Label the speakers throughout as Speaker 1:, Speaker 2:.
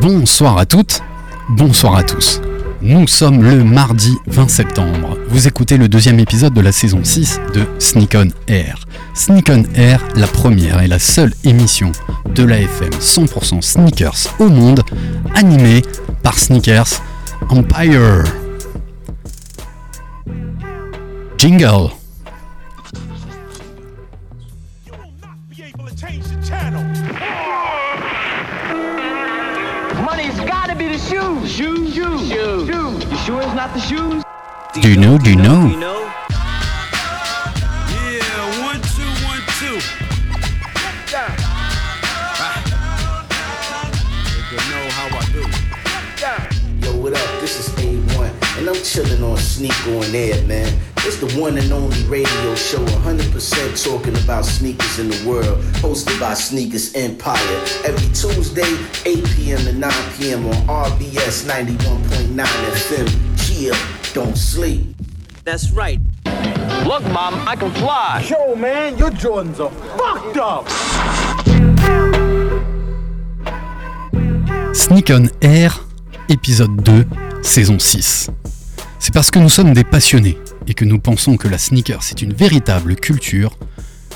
Speaker 1: Bonsoir à toutes, bonsoir à tous. Nous sommes le mardi 20 septembre. Vous écoutez le deuxième épisode de la saison 6 de Sneak On Air. Sneak On Air, la première et la seule émission de la FM 100% sneakers au monde, animée par Sneakers Empire. Jingle.
Speaker 2: You will not be able to change the channel.
Speaker 3: Money's gotta be the shoes. Shoes, shoes, shoes. shoes. You sure it's not the shoes?
Speaker 1: Do you know, do you know?
Speaker 2: Yeah, one, two, one, two.
Speaker 4: Yo, what up? This is A1, and I'm chilling on Sneak On Air, man. It's the one and only radio show 100% talking about sneakers in the world, hosted by Sneakers Empire. Every Tuesday, 8 p.m. to 9 p.m. on RBS 91.9 FM. Chill, don't sleep.
Speaker 5: That's right.
Speaker 3: Look, Mom, I can fly.
Speaker 1: Sneak on Air, épisode 2, saison 6. C'est parce que nous sommes des passionnés et que nous pensons que la sneaker c'est une véritable culture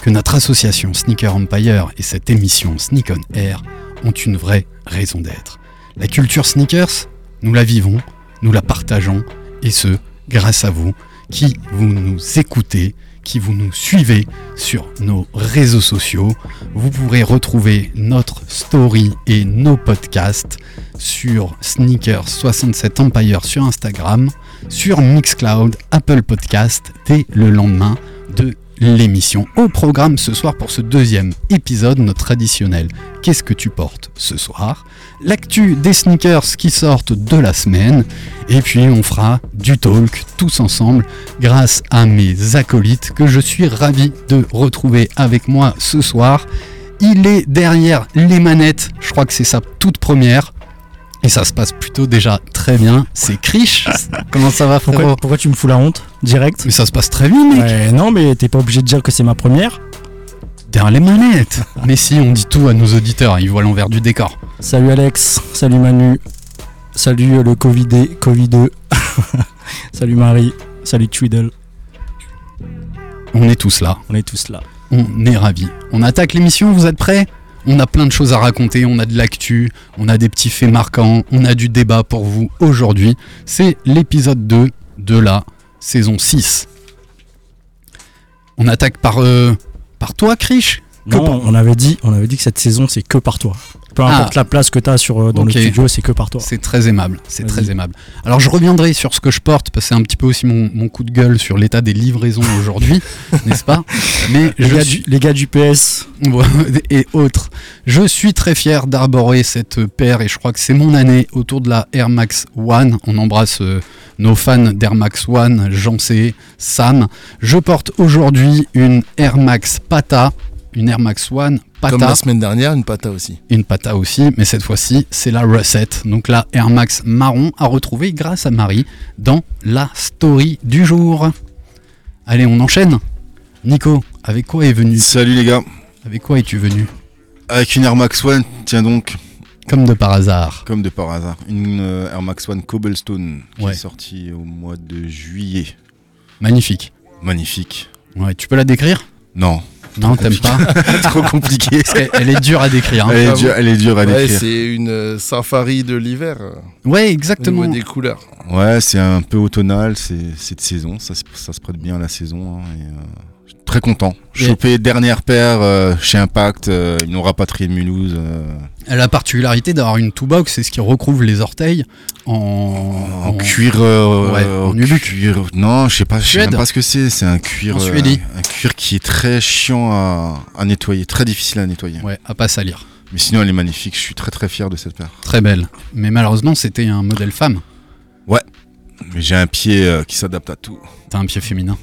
Speaker 1: que notre association Sneaker Empire et cette émission Sneak on Air ont une vraie raison d'être. La culture sneakers, nous la vivons, nous la partageons et ce, grâce à vous qui vous nous écoutez, qui vous nous suivez sur nos réseaux sociaux. Vous pourrez retrouver notre story et nos podcasts sur Sneakers67 Empire sur Instagram, sur Mixcloud, Apple Podcast dès le lendemain de l'émission. Au programme ce soir pour ce deuxième épisode, notre traditionnel Qu'est-ce que tu portes ce soir L'actu des sneakers qui sortent de la semaine. Et puis on fera du talk tous ensemble grâce à mes acolytes que je suis ravi de retrouver avec moi ce soir. Il est derrière les manettes, je crois que c'est sa toute première. Et ça se passe plutôt déjà très bien. C'est Krish. Comment ça va,
Speaker 6: Pourquoi,
Speaker 1: frérot
Speaker 6: pourquoi tu me fous la honte Direct
Speaker 1: Mais ça se passe très bien, mec.
Speaker 6: Ouais, Non, mais t'es pas obligé de dire que c'est ma première.
Speaker 1: Derrière les manettes. Mais si, on dit tout à nos auditeurs. Ils voient l'envers du décor.
Speaker 6: Salut Alex, salut Manu, salut euh, le Covidé, Covid2, salut Marie, salut Tweedle,
Speaker 1: On est tous là.
Speaker 6: on est tous là.
Speaker 1: On est ravis. On attaque l'émission, vous êtes prêts On a plein de choses à raconter, on a de l'actu, on a des petits faits marquants, on a du débat pour vous aujourd'hui. C'est l'épisode 2 de la saison 6. On attaque par, euh, par toi, Krish Que
Speaker 6: Non, on avait dit, on avait dit que cette saison c'est que par toi. Peu
Speaker 1: Ah.
Speaker 6: importe la place que t'as sur euh, dans
Speaker 1: Ok.
Speaker 6: le studio, c'est que par toi.
Speaker 1: C'est très aimable, c'est
Speaker 6: Vas-y.
Speaker 1: très aimable. Alors je reviendrai sur ce que je porte, parce que c'est un petit peu aussi mon, mon coup de gueule sur l'état des livraisons aujourd'hui, n'est-ce pas Mais
Speaker 6: Les
Speaker 1: je
Speaker 6: gars,
Speaker 1: suis-
Speaker 6: du, les gars du PS,
Speaker 1: Ouais, et autres. Je suis très fier d'arborer cette paire et je crois que c'est mon année autour de la Air Max One. On embrasse euh, nos fans d'Air Max One, Jean C, Sam. Je porte aujourd'hui une Air Max Pata, une Air Max One Pata,
Speaker 7: Comme la semaine dernière, une pata aussi.
Speaker 1: une Pata aussi, mais cette fois-ci c'est la recette, donc la Air Max marron à retrouver grâce à Marie dans la story du jour. Allez, on enchaîne. Nico, avec quoi est venu
Speaker 7: Salut les gars.
Speaker 1: Avec quoi es-tu venu
Speaker 7: Avec une Air Max One, tiens donc,
Speaker 1: Comme de par hasard.
Speaker 7: comme de par hasard, une euh, Air Max One Cobblestone qui
Speaker 1: Ouais.
Speaker 7: est sortie au mois de juillet.
Speaker 1: Magnifique.
Speaker 7: Magnifique.
Speaker 1: Ouais, tu peux la décrire
Speaker 7: Non,
Speaker 1: Non, t'aimes pas
Speaker 7: trop compliqué.
Speaker 1: Parce qu'elle- Elle est dure à décrire. hein.
Speaker 7: Elle est
Speaker 8: Ah
Speaker 7: dure, elle est dure à
Speaker 8: Ouais,
Speaker 7: décrire.
Speaker 8: c'est une euh, safari de l'hiver euh,
Speaker 1: Ouais,
Speaker 8: au niveau
Speaker 1: exactement.
Speaker 8: des couleurs.
Speaker 7: Ouais, c'est un peu automnal, c'est c'est de saison, ça, se- ça se prête bien à la saison. hein, et, euh, je suis très content.
Speaker 1: Et-
Speaker 7: Chopé dernière paire euh, chez Impact, euh, ils n'ont rapatrié de Mulhouse. euh,
Speaker 1: Elle a la particularité d'avoir une two-box, c'est ce qui recouvre les orteils en,
Speaker 8: Oh,
Speaker 7: En cuir, euh,
Speaker 1: Ouais,
Speaker 7: euh,
Speaker 1: en nubuck.
Speaker 7: cuir- Non, je sais pas, je sais
Speaker 1: Suède.
Speaker 7: même pas ce que c'est. C'est un cuir,
Speaker 1: En
Speaker 7: euh,
Speaker 1: Suédie.
Speaker 7: un cuir qui est très chiant à, à nettoyer, très difficile à nettoyer.
Speaker 1: Ouais, à pas salir.
Speaker 7: Mais sinon, elle est magnifique. Je suis très très fier de cette paire.
Speaker 1: Très belle. Mais malheureusement, c'était un modèle femme.
Speaker 7: Mais j'ai un pied euh, qui s'adapte à tout.
Speaker 1: T'as un pied féminin.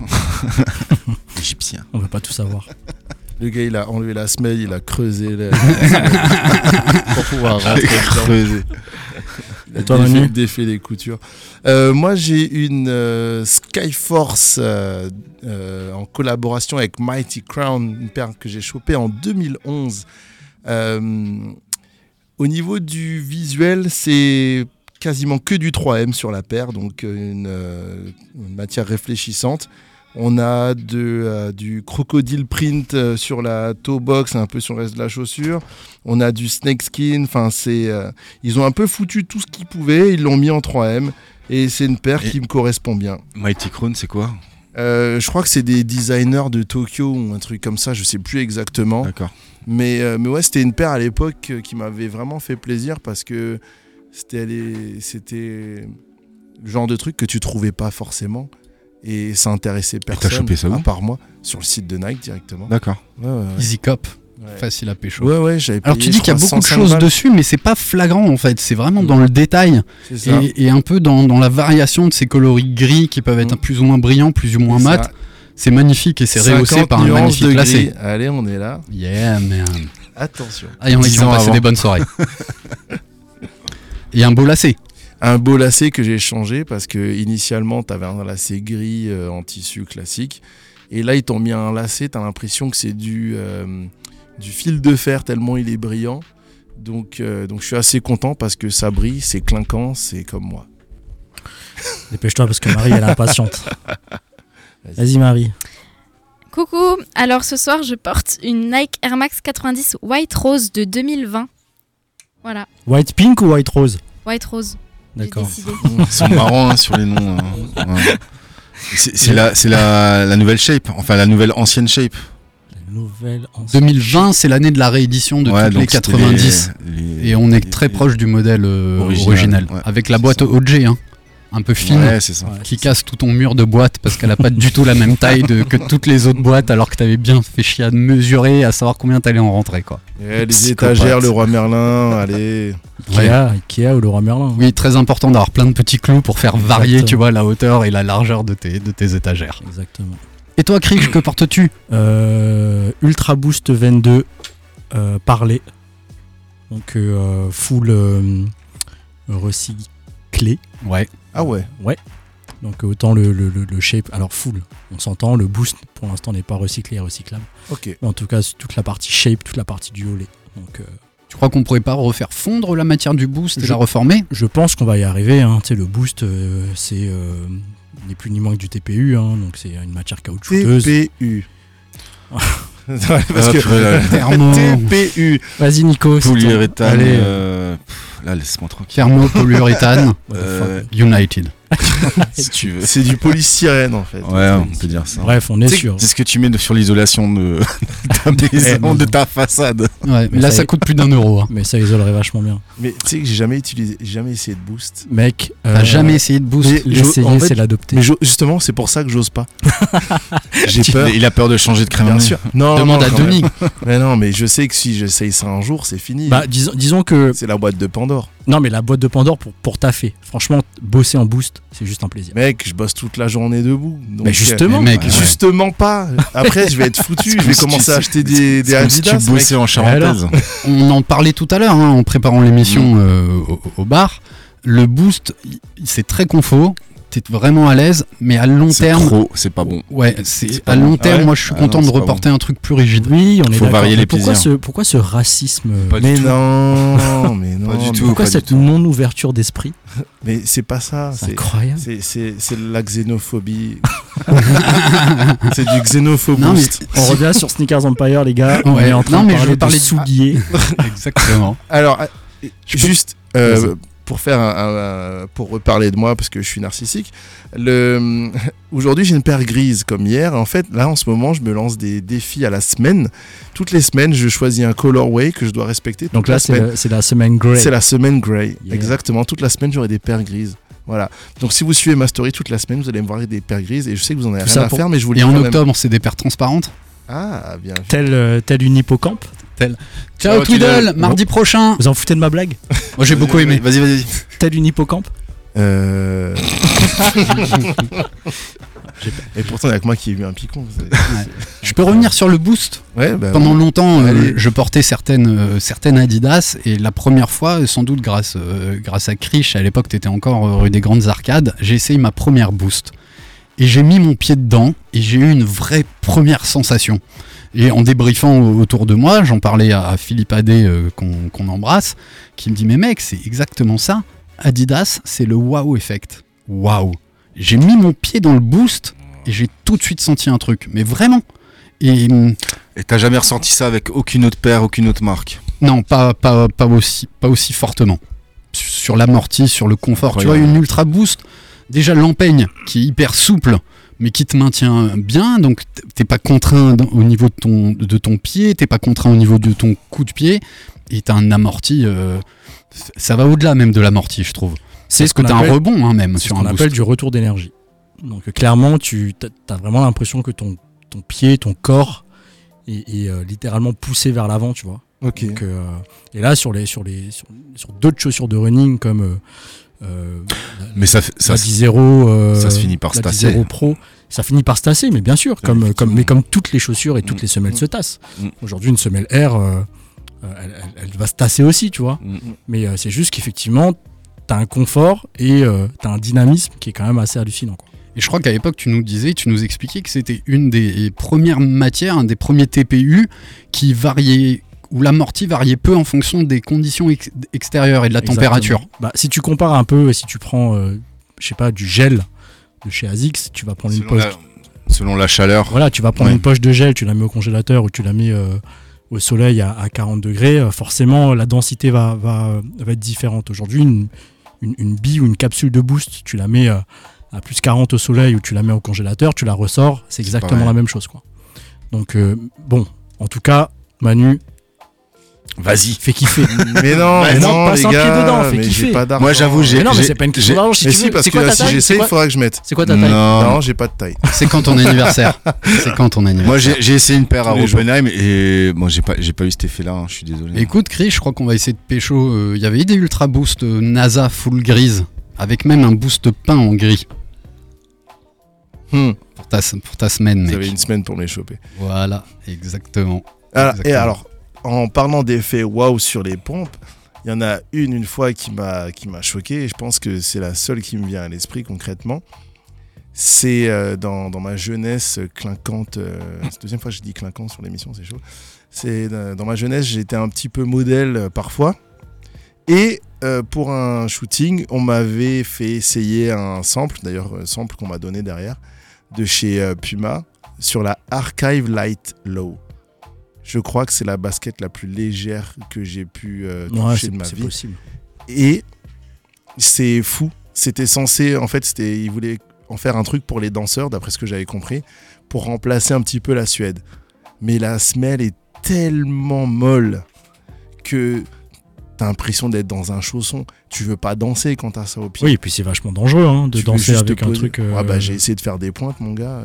Speaker 7: Égyptien.
Speaker 6: on veut pas tout savoir.
Speaker 8: Le gars, il a enlevé la semelle, il a creusé la- pour pouvoir
Speaker 1: Ah,
Speaker 8: rentrer dedans.
Speaker 7: Creusé.
Speaker 8: Il a
Speaker 6: Et toi,
Speaker 8: défait,
Speaker 6: Manu
Speaker 8: défait les coutures. Euh, moi, j'ai une euh, Skyforce euh, euh, en collaboration avec Mighty Crown, une paire que j'ai chopée en 2011. Euh, Au niveau du visuel, c'est quasiment que du 3M sur la paire, donc une, euh, une matière réfléchissante. On a de, euh, du crocodile print euh, sur la toe box, un peu sur le reste de la chaussure. On a du snake skin. Enfin, c'est euh, ils ont un peu foutu tout ce qu'ils pouvaient. Ils l'ont mis en 3M et c'est une paire
Speaker 7: Et-
Speaker 8: qui me correspond bien.
Speaker 7: Mighty Crown, c'est quoi
Speaker 8: Euh, je crois que c'est des designers de Tokyo ou un truc comme ça. Je sais plus exactement.
Speaker 7: D'accord.
Speaker 8: Mais, euh, mais ouais, c'était une paire à l'époque euh, qui m'avait vraiment fait plaisir parce que c'était les- c'était le genre de truc que tu trouvais pas forcément et ça intéressait
Speaker 7: t'as
Speaker 8: personne
Speaker 7: chopé ça où
Speaker 8: à part moi sur le site de Nike directement.
Speaker 7: D'accord.
Speaker 8: Ouais ouais,
Speaker 1: Easy Cop,
Speaker 8: ouais.
Speaker 1: facile à pécho.
Speaker 8: Ouais, ouais, j'avais
Speaker 1: Alors tu
Speaker 8: payé,
Speaker 1: dis
Speaker 8: je
Speaker 1: qu'il y a
Speaker 8: crois,
Speaker 1: beaucoup de
Speaker 8: 105
Speaker 1: choses
Speaker 8: balles,
Speaker 1: dessus, mais c'est pas flagrant en fait. C'est vraiment dans le détail
Speaker 8: c'est ça.
Speaker 1: et, et un peu dans, dans la variation de ces coloris gris qui peuvent être
Speaker 8: Mm.
Speaker 1: plus ou moins brillants, plus ou moins
Speaker 8: C'est
Speaker 1: mat.
Speaker 8: ça.
Speaker 1: C'est magnifique et c'est
Speaker 8: 50
Speaker 1: rehaussé par un
Speaker 8: nuances
Speaker 1: magnifique
Speaker 8: de
Speaker 1: glacé.
Speaker 8: gris. Allez, on est là.
Speaker 1: Yeah man.
Speaker 8: Attention.
Speaker 1: Ah, il y en a qui
Speaker 7: Dix
Speaker 1: vont
Speaker 7: ans
Speaker 1: passer
Speaker 7: avant.
Speaker 1: des bonnes soirées. Et un beau lacet.
Speaker 8: Un beau lacet que j'ai changé parce que initialement t'avais un lacet gris euh, en tissu classique et là ils t'ont mis un lacet, t'as l'impression que c'est du euh, du fil de fer tellement il est brillant. Donc euh, donc je suis assez content parce que ça brille, c'est clinquant, c'est comme moi.
Speaker 6: Dépêche-toi parce que Marie, elle est impatiente.
Speaker 8: Vas-y.
Speaker 6: Vas-y, Marie.
Speaker 5: Coucou, alors ce soir je porte une Nike Air Max 90 White Rose de 2020. Voilà,
Speaker 6: White Pink ou White Rose
Speaker 5: White Rose, j'ai
Speaker 6: D'accord.
Speaker 5: décidé.
Speaker 7: Ils sont marrants hein, sur les noms. hein. Ouais. C'est c'est la, c'est la, la nouvelle shape, enfin la nouvelle ancienne shape.
Speaker 6: La nouvelle ancienne.
Speaker 1: 2020, c'est l'année de la réédition de
Speaker 7: Ouais,
Speaker 1: toutes
Speaker 7: donc
Speaker 1: les
Speaker 7: c'était
Speaker 1: 90.
Speaker 7: les-
Speaker 1: Et on est
Speaker 7: les-
Speaker 1: très proche du modèle euh,
Speaker 7: Original,
Speaker 1: original,
Speaker 7: ouais,
Speaker 1: avec la
Speaker 7: c'est
Speaker 1: boîte
Speaker 7: ça.
Speaker 1: OG, hein, un peu fine,
Speaker 7: Ouais, c'est ça.
Speaker 6: Ouais.
Speaker 1: qui casse tout ton mur de boîte parce qu'elle a pas du tout la même taille de- que toutes les autres boîtes, alors que t'avais bien fait chier à mesurer, à savoir combien t'allais en rentrer, quoi.
Speaker 8: Eh, les
Speaker 7: Psychopathe.
Speaker 8: étagères, le roi Merlin, allez.
Speaker 1: Ouais.
Speaker 6: Ikea, Ikea ou le roi Merlin. hein.
Speaker 1: Oui, très important d'avoir plein de petits clous pour faire varier,
Speaker 6: Exactement.
Speaker 1: tu vois, la hauteur et la largeur de tes, de tes étagères.
Speaker 6: Exactement.
Speaker 1: Et toi, Krieg, que portes-tu
Speaker 6: Euh, Ultra Boost 22, euh, parler. Donc, euh, full euh, recyclé.
Speaker 1: Ouais.
Speaker 8: Ah ouais.
Speaker 6: Donc, autant le, le- le- le shape. Alors, full, on s'entend. Le boost, pour l'instant, n'est pas recyclé et recyclable.
Speaker 8: OK.
Speaker 6: Mais en tout cas, c'est toute la partie shape, toute la partie du haut Donc, euh,
Speaker 1: Tu crois qu'on pourrait pas refaire fondre la matière du boost et
Speaker 6: Je-
Speaker 1: la reformer
Speaker 6: je pense qu'on va y arriver. hein. Tu sais, le boost, euh, c'est euh, ni plus ni moins que du TPU. hein. Donc, c'est une matière caoutchouteuse.
Speaker 8: TPU. Parce
Speaker 7: Ah, purée, là, là.
Speaker 8: que
Speaker 1: Thermo,
Speaker 8: TPU.
Speaker 6: Vas-y, Nico. c'est ton-
Speaker 7: Polyuréthane.
Speaker 1: Allez.
Speaker 7: euh, pff, là, laisse-moi tranquille.
Speaker 1: thermo, polyuréthane,
Speaker 7: Euh,
Speaker 1: United.
Speaker 7: si tu veux.
Speaker 8: C'est du polystyrène en fait.
Speaker 7: Ouais, on peut dire ça.
Speaker 6: Bref, on est
Speaker 7: C'est-
Speaker 6: sûr.
Speaker 7: C'est ce que tu mets de- sur l'isolation de, de ta maison, de ta façade.
Speaker 1: Ouais,
Speaker 6: Mais
Speaker 1: là,
Speaker 6: ça
Speaker 1: ça
Speaker 6: y-
Speaker 1: coûte plus d'un euro. hein.
Speaker 6: Mais ça isolerait vachement bien.
Speaker 8: Mais tu sais que j'ai jamais utilisé, j'ai jamais essayé de boost.
Speaker 6: Mec,
Speaker 1: T'as
Speaker 6: euh,
Speaker 1: jamais essayé de boost
Speaker 8: mais-
Speaker 6: l'essayer,
Speaker 8: en fait,
Speaker 6: c'est l'adopter.
Speaker 8: Mais j'o- justement, c'est pour ça que j'ose pas. J'ai
Speaker 7: Tu-
Speaker 8: peur.
Speaker 7: Il a peur de changer de crème. Ah à
Speaker 8: Bien
Speaker 7: nez.
Speaker 8: sûr. Non,
Speaker 1: Demande
Speaker 8: non,
Speaker 1: à
Speaker 8: quand
Speaker 1: Denis.
Speaker 8: même. Mais non, mais je sais que si j'essaye ça un jour, c'est fini.
Speaker 6: Bah, disons, disons que.
Speaker 8: c'est la boîte de Pandore.
Speaker 6: Non, mais la boîte de Pandore pour, pour taffer. Franchement, bosser en boost, c'est juste un plaisir.
Speaker 8: Mec, je bosse toute la journée debout. Donc,
Speaker 6: Mais justement,
Speaker 1: Mais mec,
Speaker 8: euh,
Speaker 1: ouais.
Speaker 8: justement pas. Après, je vais être
Speaker 7: C'est
Speaker 8: foutu. je
Speaker 7: comme
Speaker 8: vais
Speaker 7: si tu-
Speaker 8: commencer à acheter
Speaker 7: C'est
Speaker 8: des, des
Speaker 7: comme si
Speaker 8: Adidas.
Speaker 7: tu bossais en charentaise.
Speaker 1: On en parlait tout à l'heure hein, en préparant l'émission euh, au, au bar. Le boost, il- c'est très confort. T'es vraiment à l'aise, mais à long
Speaker 7: C'est
Speaker 1: terme.
Speaker 7: trop, c'est pas bon.
Speaker 1: Ouais, c'est
Speaker 7: C'est pas
Speaker 1: à
Speaker 7: bon.
Speaker 1: long terme.
Speaker 7: Ouais.
Speaker 1: Moi, je suis
Speaker 7: Ah
Speaker 1: content
Speaker 7: non,
Speaker 1: de
Speaker 7: c'est pas
Speaker 1: reporter un truc plus rigide.
Speaker 6: Oui, on est
Speaker 7: Faut
Speaker 6: d'accord.
Speaker 7: varier
Speaker 6: Mais
Speaker 7: les
Speaker 6: pourquoi
Speaker 7: plaisirs.
Speaker 6: ce, pourquoi ce racisme euh,
Speaker 7: Pas
Speaker 8: mec. Mais non, mais non.
Speaker 7: Pas du
Speaker 8: mais-
Speaker 7: tout.
Speaker 6: Pourquoi
Speaker 7: pas
Speaker 6: cette non-ouverture d'esprit
Speaker 8: Mais c'est pas ça.
Speaker 6: C'est
Speaker 8: C'est
Speaker 6: incroyable.
Speaker 8: c'est- c'est c'est de la xénophobie. c'est du xénophobie.
Speaker 1: Non, mais-
Speaker 6: On revient sur Sneakers Empire, les gars. On
Speaker 1: Ouais.
Speaker 6: est en train
Speaker 1: Non, mais
Speaker 6: de
Speaker 1: je
Speaker 6: parler,
Speaker 1: veux parler
Speaker 6: de
Speaker 1: de-
Speaker 6: souliers.
Speaker 1: Exactement.
Speaker 8: Alors, euh, juste euh,
Speaker 6: Vas-y.
Speaker 8: pour faire un- un- un- pour reparler de moi parce que je suis narcissique. Le aujourd'hui j'ai une paire grise comme hier. En fait, là en ce moment, je me lance des défis à la semaine. Toutes les semaines, je choisis un colorway que je dois respecter. toute
Speaker 1: Ah,
Speaker 6: Donc là,
Speaker 8: la
Speaker 6: c'est
Speaker 8: semaine.
Speaker 6: le- c'est la semaine grey.
Speaker 8: c'est la semaine gray.
Speaker 6: Yeah.
Speaker 8: Exactement. Toute la semaine, j'aurai des paires grises. Voilà. Donc si vous suivez ma story toute la semaine, vous allez me voir avec des paires grises et je sais que vous en avez
Speaker 6: Tout
Speaker 8: rien
Speaker 6: ça
Speaker 8: à
Speaker 6: pour-
Speaker 8: faire, mais je vous le
Speaker 1: Et
Speaker 8: dis
Speaker 1: en
Speaker 8: quand même.
Speaker 1: octobre, c'est des paires transparentes.
Speaker 8: Ah bien. vu.
Speaker 6: Tel, euh, tel une hippocampe.
Speaker 1: Ciao,
Speaker 7: Ciao,
Speaker 1: Twiddle,
Speaker 7: Twiddle.
Speaker 1: mardi prochain.
Speaker 6: Vous en foutez de ma blague
Speaker 1: Moi, j'ai beaucoup aimé.
Speaker 7: Euh, Vas-y, vas-y.
Speaker 6: Tel une hippocampe
Speaker 8: Euh... et pourtant, il y a que moi qui ai eu un picon. vous savez.
Speaker 1: Je peux revenir sur le boost.
Speaker 8: Ouais, bah,
Speaker 1: Pendant longtemps, euh,
Speaker 8: Allez.
Speaker 1: je portais certaines, euh, certaines Adidas et la première fois, sans doute grâce, euh, grâce à Krish, à l'époque t'étais encore euh, rue des Grandes Arcades, j'ai essayé ma première Boost. Et j'ai mis mon pied dedans et j'ai eu une vraie première sensation. Et en débriefant au- autour de moi, j'en parlais à, à Philippe Adé euh, qu'on qu'on embrasse, qui me dit mais mec, c'est exactement ça. Adidas, c'est le wow effect. Waouh. J'ai mis mon pied dans le boost et j'ai tout de suite senti un truc. Mais vraiment. Et hum,
Speaker 7: Et t'as jamais ressenti ça avec aucune autre paire, aucune autre marque.
Speaker 1: non, pas, pas, pas, aussi, pas aussi fortement. Sur l'amorti, sur le confort. Tu vois,
Speaker 7: Incroyable.
Speaker 1: une Ultra Boost, déjà l'empeigne qui est hyper souple, mais qui te maintient bien. Donc, t- t'es pas contraint d- au niveau de ton, de ton pied, t'es pas contraint au niveau de ton coup de pied. Et t'as un amorti. euh, ça va au-delà même de l'amorti, je trouve.
Speaker 6: C'est
Speaker 1: Parce que
Speaker 6: qu'on
Speaker 1: t'as un
Speaker 6: appelle-
Speaker 1: rebond, hein, même,
Speaker 6: c'est ce
Speaker 1: sur
Speaker 6: qu'on
Speaker 1: un
Speaker 6: appelle
Speaker 1: boost.
Speaker 6: du retour d'énergie. Donc euh, clairement, tu as vraiment l'impression que ton, ton pied, ton corps est, est, euh, littéralement poussé vers l'avant, tu vois.
Speaker 8: Ok.
Speaker 6: Donc, euh, et là, sur, les, sur, les, sur, sur d'autres chaussures de running comme euh, euh,
Speaker 7: Mais ça, fait- ça,
Speaker 6: la 10-0, euh,
Speaker 7: ça se finit par se
Speaker 6: la
Speaker 7: tasser.
Speaker 6: 10-0 Pro, ça finit par se tasser, mais bien sûr, comme, euh, comme, mais comme toutes les chaussures et toutes
Speaker 7: Mm.
Speaker 6: les semelles se tassent.
Speaker 7: Mm.
Speaker 6: Aujourd'hui, une semelle R, euh, euh, elle, elle- elle va se tasser aussi, tu vois.
Speaker 7: Mm.
Speaker 6: Mais euh, c'est juste qu'effectivement, t'as un confort et euh, t'as un dynamisme qui est quand même assez hallucinant. quoi.
Speaker 1: Et je crois qu'à l'époque, tu nous disais, tu nous expliquais que c'était une des premières matières, un des premiers TPU qui variait, où l'amorti variait peu en fonction des conditions ex- extérieures et de la température.
Speaker 6: Exactement. Bah, si tu compares un peu, si tu prends, euh, je sais pas, du gel de chez ASICS, tu vas prendre une
Speaker 7: Selon
Speaker 6: poche.
Speaker 7: la, selon la chaleur.
Speaker 6: Voilà, tu vas prendre
Speaker 7: Ouais.
Speaker 6: une poche de gel, tu la mets au congélateur ou tu la mets euh, au soleil à, à 40 degrés. euh, Forcément, la densité va, va, va être différente. Aujourd'hui, une, une, une bille ou une capsule de boost, tu la mets euh, à plus 40 au soleil ou tu la mets au congélateur, tu la ressors, c'est exactement
Speaker 7: pareil.
Speaker 6: la même chose. Quoi. Donc, euh, bon, en tout cas, Manu,
Speaker 7: Vas-y.
Speaker 6: fais kiffer.
Speaker 8: Mais non,
Speaker 6: Ouais,
Speaker 8: mais
Speaker 6: non,
Speaker 8: non,
Speaker 6: passe
Speaker 8: les
Speaker 6: un pied
Speaker 8: gars,
Speaker 6: dedans, fais
Speaker 8: mais j'ai
Speaker 6: kiffer.
Speaker 8: pas d'argent.
Speaker 7: Moi, j'avoue, j'ai-
Speaker 6: mais non, mais c'est
Speaker 7: j'ai-
Speaker 6: pas une
Speaker 7: j'ai-
Speaker 6: question d'argent, si
Speaker 8: Mais
Speaker 6: tu
Speaker 8: si,
Speaker 6: veux.
Speaker 8: parce
Speaker 6: C'est
Speaker 8: que
Speaker 6: quoi
Speaker 8: là,
Speaker 6: ta
Speaker 8: si
Speaker 6: taille C'est
Speaker 8: j'essaye, il
Speaker 6: quoi-
Speaker 8: faudra que je mette.
Speaker 6: c'est quoi ta taille
Speaker 7: Non.
Speaker 8: Non, j'ai pas de taille.
Speaker 1: C'est quand ton anniversaire C'est quand ton anniversaire
Speaker 7: Moi, j'ai j'ai essayé une paire à
Speaker 8: Tous les jours.
Speaker 7: Oppenheim et bon, j'ai pas, j'ai pas eu cet effet-là. hein, je suis désolé.
Speaker 1: Écoute, Chris, je crois qu'on va essayer de pécho. euh, Il y avait des Ultra Boost euh, NASA full grise, avec même un boost peint en gris
Speaker 8: Hmm.
Speaker 1: pour ta, pour ta semaine,
Speaker 8: Vous
Speaker 1: mec.
Speaker 8: avez une semaine pour me les choper.
Speaker 1: Voilà, exactement.
Speaker 8: Ah, et
Speaker 1: Exactement.
Speaker 8: alors, en parlant d'effets waouh sur les pompes, il y en a une une fois qui m'a qui m'a choqué. Et je pense que c'est la seule qui me vient à l'esprit concrètement. C'est euh, dans, dans ma jeunesse clinquante. euh, c'est la deuxième fois que je dis clinquant sur l'émission, c'est chaud. C'est euh, dans ma jeunesse, j'étais un petit peu modèle euh, parfois. Et euh, pour un shooting, on m'avait fait essayer un sample, d'ailleurs euh, sample qu'on m'a donné derrière, de chez euh, Puma sur la Archive Light Low. Je crois que c'est la basket la plus légère que j'ai pu euh,
Speaker 6: Ouais,
Speaker 8: toucher
Speaker 6: c'est
Speaker 8: de ma
Speaker 6: c'est
Speaker 8: vie.
Speaker 6: possible.
Speaker 8: Et c'est fou. C'était censé, en fait, c'était, ils voulaient en faire un truc pour les danseurs, d'après ce que j'avais compris, pour remplacer un petit peu la Suède. Mais la semelle est tellement molle que t'as l'impression d'être dans un chausson. Tu veux pas danser quand t'as ça au pied.
Speaker 6: Oui, et puis c'est vachement dangereux hein, de
Speaker 8: Tu veux
Speaker 6: danser
Speaker 8: juste
Speaker 6: avec
Speaker 8: te
Speaker 6: un
Speaker 8: poser-
Speaker 6: truc. euh,
Speaker 8: Ah bah, j'ai essayé de faire des pointes, mon gars.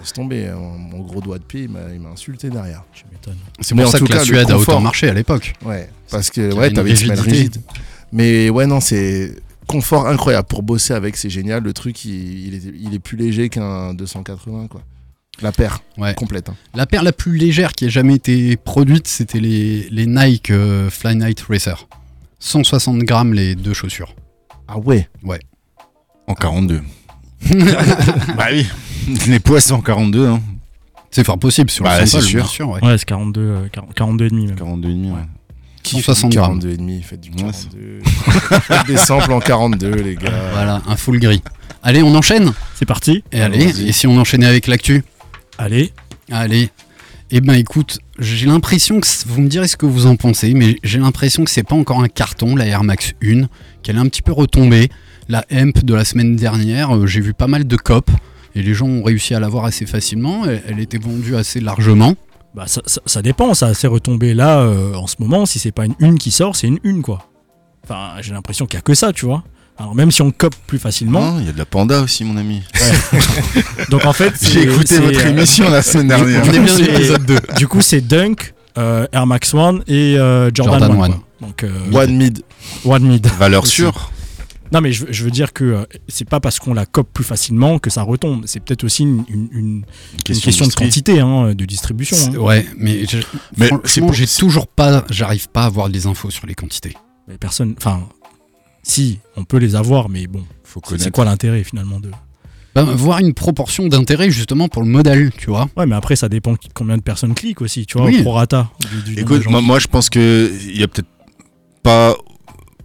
Speaker 8: Laisse tomber. Mon, mon gros doigt de pied, il m'a, il m'a insulté derrière.
Speaker 6: tu m'étonnes.
Speaker 1: C'est
Speaker 8: Mais
Speaker 1: pour
Speaker 8: en
Speaker 1: ça
Speaker 8: tout
Speaker 1: que la
Speaker 8: cas, le
Speaker 1: Suède a autant
Speaker 8: confort.
Speaker 1: marché à l'époque.
Speaker 8: Ouais, parce que
Speaker 1: y a
Speaker 8: ouais,
Speaker 1: une
Speaker 8: t'avais une semelle
Speaker 1: rigidité.
Speaker 8: rigide. Mais ouais, non, c'est confort incroyable. Pour bosser avec, c'est génial. Le truc, il, il est, il est plus léger qu'un 280, quoi. La paire
Speaker 1: Ouais.
Speaker 8: complète. hein.
Speaker 1: La paire la plus légère qui ait jamais été produite, c'était les, les Nike euh, Fly Night Racer. 160 grammes les deux chaussures.
Speaker 8: Ah ouais
Speaker 7: En 42. bah oui. Les poids sont en 42. Hein.
Speaker 1: C'est fort possible sur
Speaker 7: Bah,
Speaker 1: le
Speaker 7: c'est
Speaker 1: sample,
Speaker 7: sûr.
Speaker 1: bien sûr. ouais.
Speaker 6: Ouais, c'est 42, euh, 40 42 et demi même.
Speaker 7: 42 et demi. Ouais.
Speaker 1: 160 grammes.
Speaker 8: 42 et demi, faites du
Speaker 7: Ouais, c'est-
Speaker 8: 42. Faites des samples en 42, les gars.
Speaker 1: Voilà, un full gris. Allez, on enchaîne
Speaker 6: C'est parti.
Speaker 1: Et allez,
Speaker 8: Allons-y.
Speaker 1: et si on enchaînait avec l'actu
Speaker 6: Allez,
Speaker 1: Allez. Eh ben écoute, j'ai l'impression que c- vous me direz ce que vous en pensez, mais j'ai l'impression que c'est pas encore un carton la Air Max 1, qu'elle est un petit peu retombée. La Hemp de la semaine dernière, euh, j'ai vu pas mal de copes et les gens ont réussi à l'avoir assez facilement. Elle, elle était vendue assez largement.
Speaker 6: bah, ça, ça- ça dépend, ça s'est retombé là euh, en ce moment. Si c'est pas une une qui sort, c'est une une quoi. Enfin, j'ai l'impression qu'il y a que ça, tu vois. Alors même si on cope plus facilement.
Speaker 7: Non, il y a de la panda aussi, mon ami.
Speaker 8: Hein
Speaker 6: Donc en fait, c'est-
Speaker 7: J'ai écouté
Speaker 6: c'est,
Speaker 7: votre
Speaker 6: euh,
Speaker 7: émission la semaine
Speaker 6: du coup,
Speaker 7: dernière.
Speaker 1: On est bien à
Speaker 6: c'est-
Speaker 1: l'épisode 2.
Speaker 6: Du coup, c'est Dunk, euh, Air Max One et euh, Jordan,
Speaker 1: Jordan
Speaker 6: One.
Speaker 1: One.
Speaker 6: quoi. Donc euh,
Speaker 8: One mid.
Speaker 6: One mid.
Speaker 7: Valeur
Speaker 6: Aussi.
Speaker 7: sûre.
Speaker 6: Non, mais je, veux- je veux dire que euh, c'est pas parce qu'on la cope plus facilement que ça retombe. C'est peut-être aussi une, une- une- une question de
Speaker 7: prix.
Speaker 6: quantité, hein, de distribution. hein.
Speaker 1: C'est- Ouais, mais, je-
Speaker 7: Mais c'est
Speaker 1: franchement,
Speaker 7: pour-
Speaker 1: j'ai
Speaker 7: c'est-
Speaker 1: toujours pas, j'arrive pas à avoir des infos sur les quantités.
Speaker 6: Mais personne. Enfin, si, on peut les avoir, mais bon,
Speaker 7: Faut
Speaker 6: c'est- c'est
Speaker 7: connaître.
Speaker 6: quoi l'intérêt finalement de.
Speaker 1: Bah, Enfin, voir une proportion d'intérêt justement pour le modèle, tu vois.
Speaker 6: Ouais, mais après, ça dépend qui- combien de personnes cliquent aussi, tu vois,
Speaker 1: Oui.
Speaker 6: au prorata. du- du nombre de
Speaker 7: Écoute,
Speaker 6: gens
Speaker 7: moi,
Speaker 6: qui-
Speaker 7: moi, je pense que il y a peut-être pas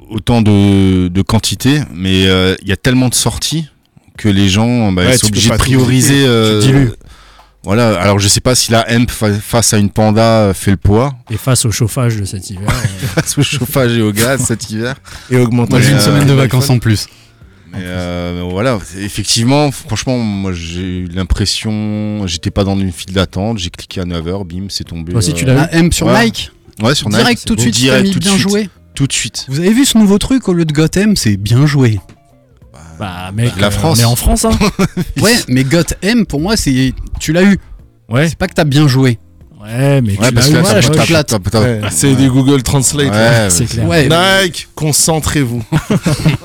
Speaker 7: autant de, de quantité, mais euh, il y a tellement de sorties que les gens bah,
Speaker 8: Ouais,
Speaker 7: ils sont
Speaker 8: tu peux
Speaker 7: obligés de
Speaker 8: pas tout
Speaker 7: prioriser. euh,
Speaker 6: dilues.
Speaker 7: voilà. Alors je sais pas si la hemp fa- face à une panda euh, fait le poids,
Speaker 6: Et face au chauffage de cet hiver. euh,
Speaker 7: face au chauffage et au gaz cet hiver.
Speaker 8: Et augmenter
Speaker 7: Moi, j'ai
Speaker 8: la-
Speaker 7: une semaine de
Speaker 8: la-
Speaker 1: en plus.
Speaker 7: Mais euh, voilà, effectivement, franchement, moi j'ai eu l'impression, j'étais pas dans une file d'attente, j'ai cliqué à 9h, bim, c'est tombé.
Speaker 6: Toi aussi, tu
Speaker 7: euh,
Speaker 6: l'as
Speaker 1: La M sur
Speaker 7: Ouais.
Speaker 1: Nike,
Speaker 7: Ouais, sur Nike,
Speaker 1: direct
Speaker 7: c'est
Speaker 1: tout de
Speaker 7: beau.
Speaker 1: suite,
Speaker 7: Direct,
Speaker 1: famille,
Speaker 7: tout de
Speaker 1: bien
Speaker 7: suite,
Speaker 1: joué.
Speaker 7: Tout de suite.
Speaker 1: Vous avez vu ce nouveau truc au lieu de Gotham, c'est bien joué.
Speaker 6: Bah, mec,
Speaker 7: La
Speaker 6: euh,
Speaker 7: France.
Speaker 6: on est en France, hein.
Speaker 1: Ouais, mais Gotham pour moi c'est tu l'as eu.
Speaker 6: Ouais,
Speaker 1: C'est pas que t'as bien joué.
Speaker 6: ouais, mais
Speaker 7: Ouais,
Speaker 6: tu
Speaker 7: parce
Speaker 6: l'as
Speaker 7: que
Speaker 6: eu,
Speaker 7: là,
Speaker 6: voilà,
Speaker 7: ça
Speaker 6: je-
Speaker 1: tape
Speaker 7: passe
Speaker 1: la
Speaker 7: tape, tape,
Speaker 8: Ouais,
Speaker 7: tape.
Speaker 8: c'est du Google Translate. là.
Speaker 7: Ouais,
Speaker 6: c'est clair.
Speaker 1: Ouais,
Speaker 8: Nike, concentrez-vous.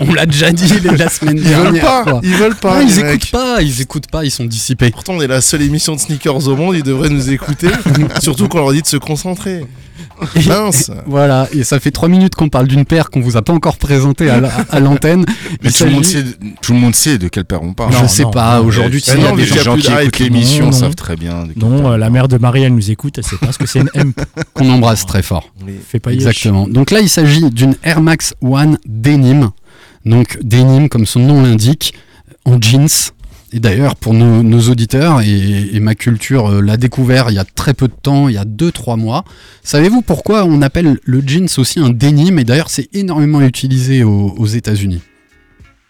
Speaker 1: on l'a déjà dit les- la semaine
Speaker 8: Ils veulent
Speaker 1: dernière.
Speaker 8: pas.
Speaker 1: quoi.
Speaker 8: Ils veulent pas.
Speaker 1: Non, ils
Speaker 8: les mecs.
Speaker 1: écoutent pas, ils écoutent pas, ils sont dissipés.
Speaker 8: Pourtant, on est la seule émission de sneakers au monde. Ils devraient nous écouter. Surtout qu'on leur dit de se concentrer. Mince.
Speaker 1: Voilà, et ça fait trois minutes qu'on parle d'une paire qu'on vous a pas encore présentée à la- à l'antenne.
Speaker 7: Mais
Speaker 1: Il
Speaker 7: tout le, monde
Speaker 1: s'agit-
Speaker 7: sait, tout le monde sait de quelle paire on parle.
Speaker 1: Je
Speaker 6: Non,
Speaker 1: sais
Speaker 6: non,
Speaker 1: pas,
Speaker 6: non.
Speaker 1: aujourd'hui, tu
Speaker 7: Bah
Speaker 1: sais, il y a
Speaker 7: non,
Speaker 1: des
Speaker 7: les
Speaker 1: gens
Speaker 8: gens
Speaker 7: gens
Speaker 8: plus
Speaker 7: qui
Speaker 8: de
Speaker 7: écoutent
Speaker 8: hype.
Speaker 7: l'émission
Speaker 6: Non, non.
Speaker 7: savent très bien. de quelle paire
Speaker 6: Non, euh,
Speaker 7: on
Speaker 6: la
Speaker 7: parle.
Speaker 6: mère de Marie, elle nous écoute, elle sait pas ce que c'est une M.
Speaker 1: qu'on embrasse très fort.
Speaker 6: Fais pas yèche.
Speaker 1: Exactement. Donc là, il s'agit d'une Air Max One Denim. Donc Denim, comme son nom l'indique, en jeans. Et d'ailleurs, pour nos, nos auditeurs, et, et ma culture euh, l'a découvert il y a très peu de temps, il y a 2-3 mois, savez-vous pourquoi on appelle le jeans aussi un denim Et d'ailleurs, c'est énormément utilisé aux, aux États-Unis.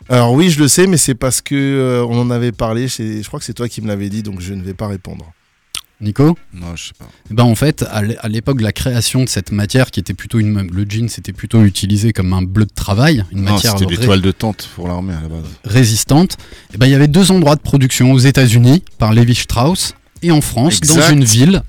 Speaker 8: Alors oui, je le sais, mais c'est parce que euh, on en avait parlé. c'est- Je crois que c'est toi qui me l'avais dit, donc je ne vais pas répondre.
Speaker 1: Nico
Speaker 7: Non, je sais pas.
Speaker 1: Eh ben en fait, à l'é- à l'époque de la création de cette matière, qui était plutôt une, le jean, c'était plutôt utilisé comme un bleu de travail, une
Speaker 7: Non,
Speaker 1: matière
Speaker 7: c'était des
Speaker 1: ré-
Speaker 7: toiles de tente pour l'armée à la base.
Speaker 1: résistante, eh ben, il y avait deux endroits de production aux États-Unis par Levi Strauss et en France dans
Speaker 7: Exact.
Speaker 1: une ville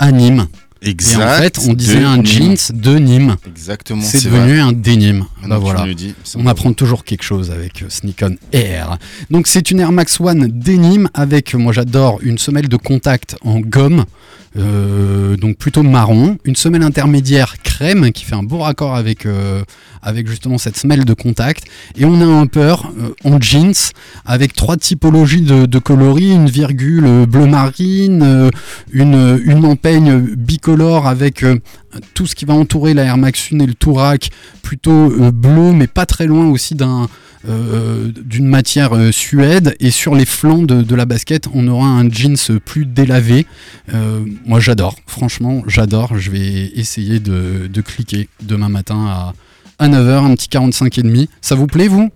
Speaker 1: à Nîmes.
Speaker 7: Exact.
Speaker 1: et en fait, on disait
Speaker 7: de
Speaker 1: un
Speaker 7: Nîmes.
Speaker 1: jeans de Nîmes.
Speaker 7: Exactement,
Speaker 1: C'est
Speaker 7: c'est vrai.
Speaker 1: devenu un denim.
Speaker 7: Maintenant
Speaker 1: Bah
Speaker 7: que tu
Speaker 1: voilà.
Speaker 7: me le dis, ça
Speaker 1: On
Speaker 7: me-
Speaker 1: apprend toujours quelque chose avec euh, Sneak On Air. Donc c'est une Air Max One denim avec, euh, moi j'adore, une semelle de contact en gomme, euh, donc plutôt marron, une semelle intermédiaire crème qui fait un beau raccord avec, euh, avec justement cette semelle de contact, et on a un upper euh, en jeans avec trois typologies de, de coloris, une virgule euh, bleu marine, euh, une, une empeigne bicolore avec euh, tout ce qui va entourer la Air Max 1 et le Tourak plutôt euh, bleu, mais pas très loin aussi d'un euh, d'une matière euh, suède. Et sur les flancs de, de la basket, on aura un jeans plus délavé. Euh, moi, j'adore. Franchement, j'adore. Je vais essayer de, de cliquer demain matin à. À 9h, un petit 45 et demi. Ça vous plaît, vous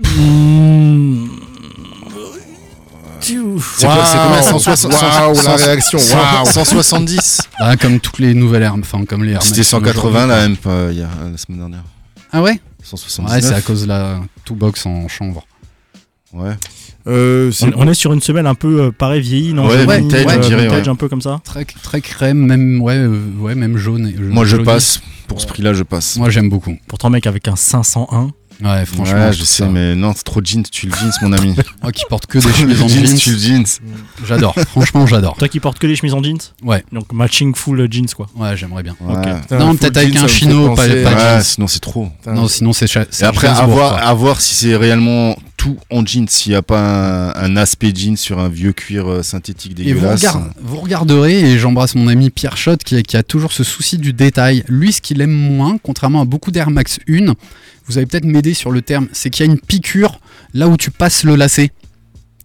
Speaker 6: Mmh.
Speaker 7: C'est quoi- c'est
Speaker 6: Ah,
Speaker 7: combien 160
Speaker 8: Waouh, la
Speaker 7: 100
Speaker 8: réaction,
Speaker 7: 100
Speaker 8: waouh.
Speaker 7: 170
Speaker 1: Bah, Comme toutes les nouvelles armes, enfin comme les Air
Speaker 7: C'était
Speaker 1: Max
Speaker 7: 180
Speaker 1: aujourd'hui,
Speaker 7: la
Speaker 1: quoi.
Speaker 7: MP euh, il y a, euh, la semaine dernière.
Speaker 1: Ah ouais Ouais, c'est à
Speaker 7: 179.
Speaker 1: cause de la two box en chanvre.
Speaker 7: Ouais.
Speaker 8: Euh, c'est-
Speaker 6: On, on est sur une semaine un peu euh, pareil vieillie, non
Speaker 7: Ouais,
Speaker 6: Johnny
Speaker 7: vintage, on dirait,
Speaker 6: euh, vintage,
Speaker 7: ouais.
Speaker 6: un peu comme ça.
Speaker 1: Très, très crème, même, ouais, euh, ouais, même jaune. et-
Speaker 7: Moi, je
Speaker 1: jaune.
Speaker 7: passe. Pour ce prix-là, je passe.
Speaker 1: Moi, j'aime beaucoup.
Speaker 6: Pourtant, mec, avec un 501.
Speaker 1: Ouais, franchement.
Speaker 7: Ouais,
Speaker 1: tout
Speaker 7: je sais,
Speaker 1: ça.
Speaker 7: mais non, c'est trop de jeans, tu le jeans, mon ami.
Speaker 1: Moi qui porte que des
Speaker 7: Tu le
Speaker 1: chemises en
Speaker 7: jeans,
Speaker 1: jeans,
Speaker 7: tu le jeans.
Speaker 1: j'adore. Franchement, j'adore.
Speaker 6: Toi qui portes que les chemises en jeans
Speaker 1: Ouais.
Speaker 6: Donc matching full jeans, quoi.
Speaker 1: Ouais, j'aimerais bien.
Speaker 6: Ok.
Speaker 7: Ouais.
Speaker 8: Putain,
Speaker 1: non,
Speaker 8: full
Speaker 1: peut-être
Speaker 8: jean,
Speaker 1: avec
Speaker 8: ça
Speaker 1: un
Speaker 8: me fait
Speaker 1: chino, pas,
Speaker 8: penser
Speaker 1: pas
Speaker 8: à-
Speaker 1: de
Speaker 7: Ouais,
Speaker 1: jeans.
Speaker 7: sinon c'est trop.
Speaker 8: Putain,
Speaker 1: Non, sinon c'est cha-
Speaker 7: Et
Speaker 1: c'est
Speaker 7: après, à
Speaker 1: Gainsbourg,
Speaker 7: voir,
Speaker 1: quoi.
Speaker 7: à voir si c'est réellement tout en jeans, s'il n'y a pas un, un aspect jeans sur un vieux cuir euh, synthétique
Speaker 1: Et vous,
Speaker 7: dégueulasse.
Speaker 1: regard- vous regarderez, et j'embrasse mon ami Pierre Schott qui, qui a toujours ce souci du détail. Lui, ce qu'il aime moins, contrairement à beaucoup d'Air Max 1, vous allez peut-être m'aider sur le terme, c'est qu'il y a une piqûre là où tu passes le lacet.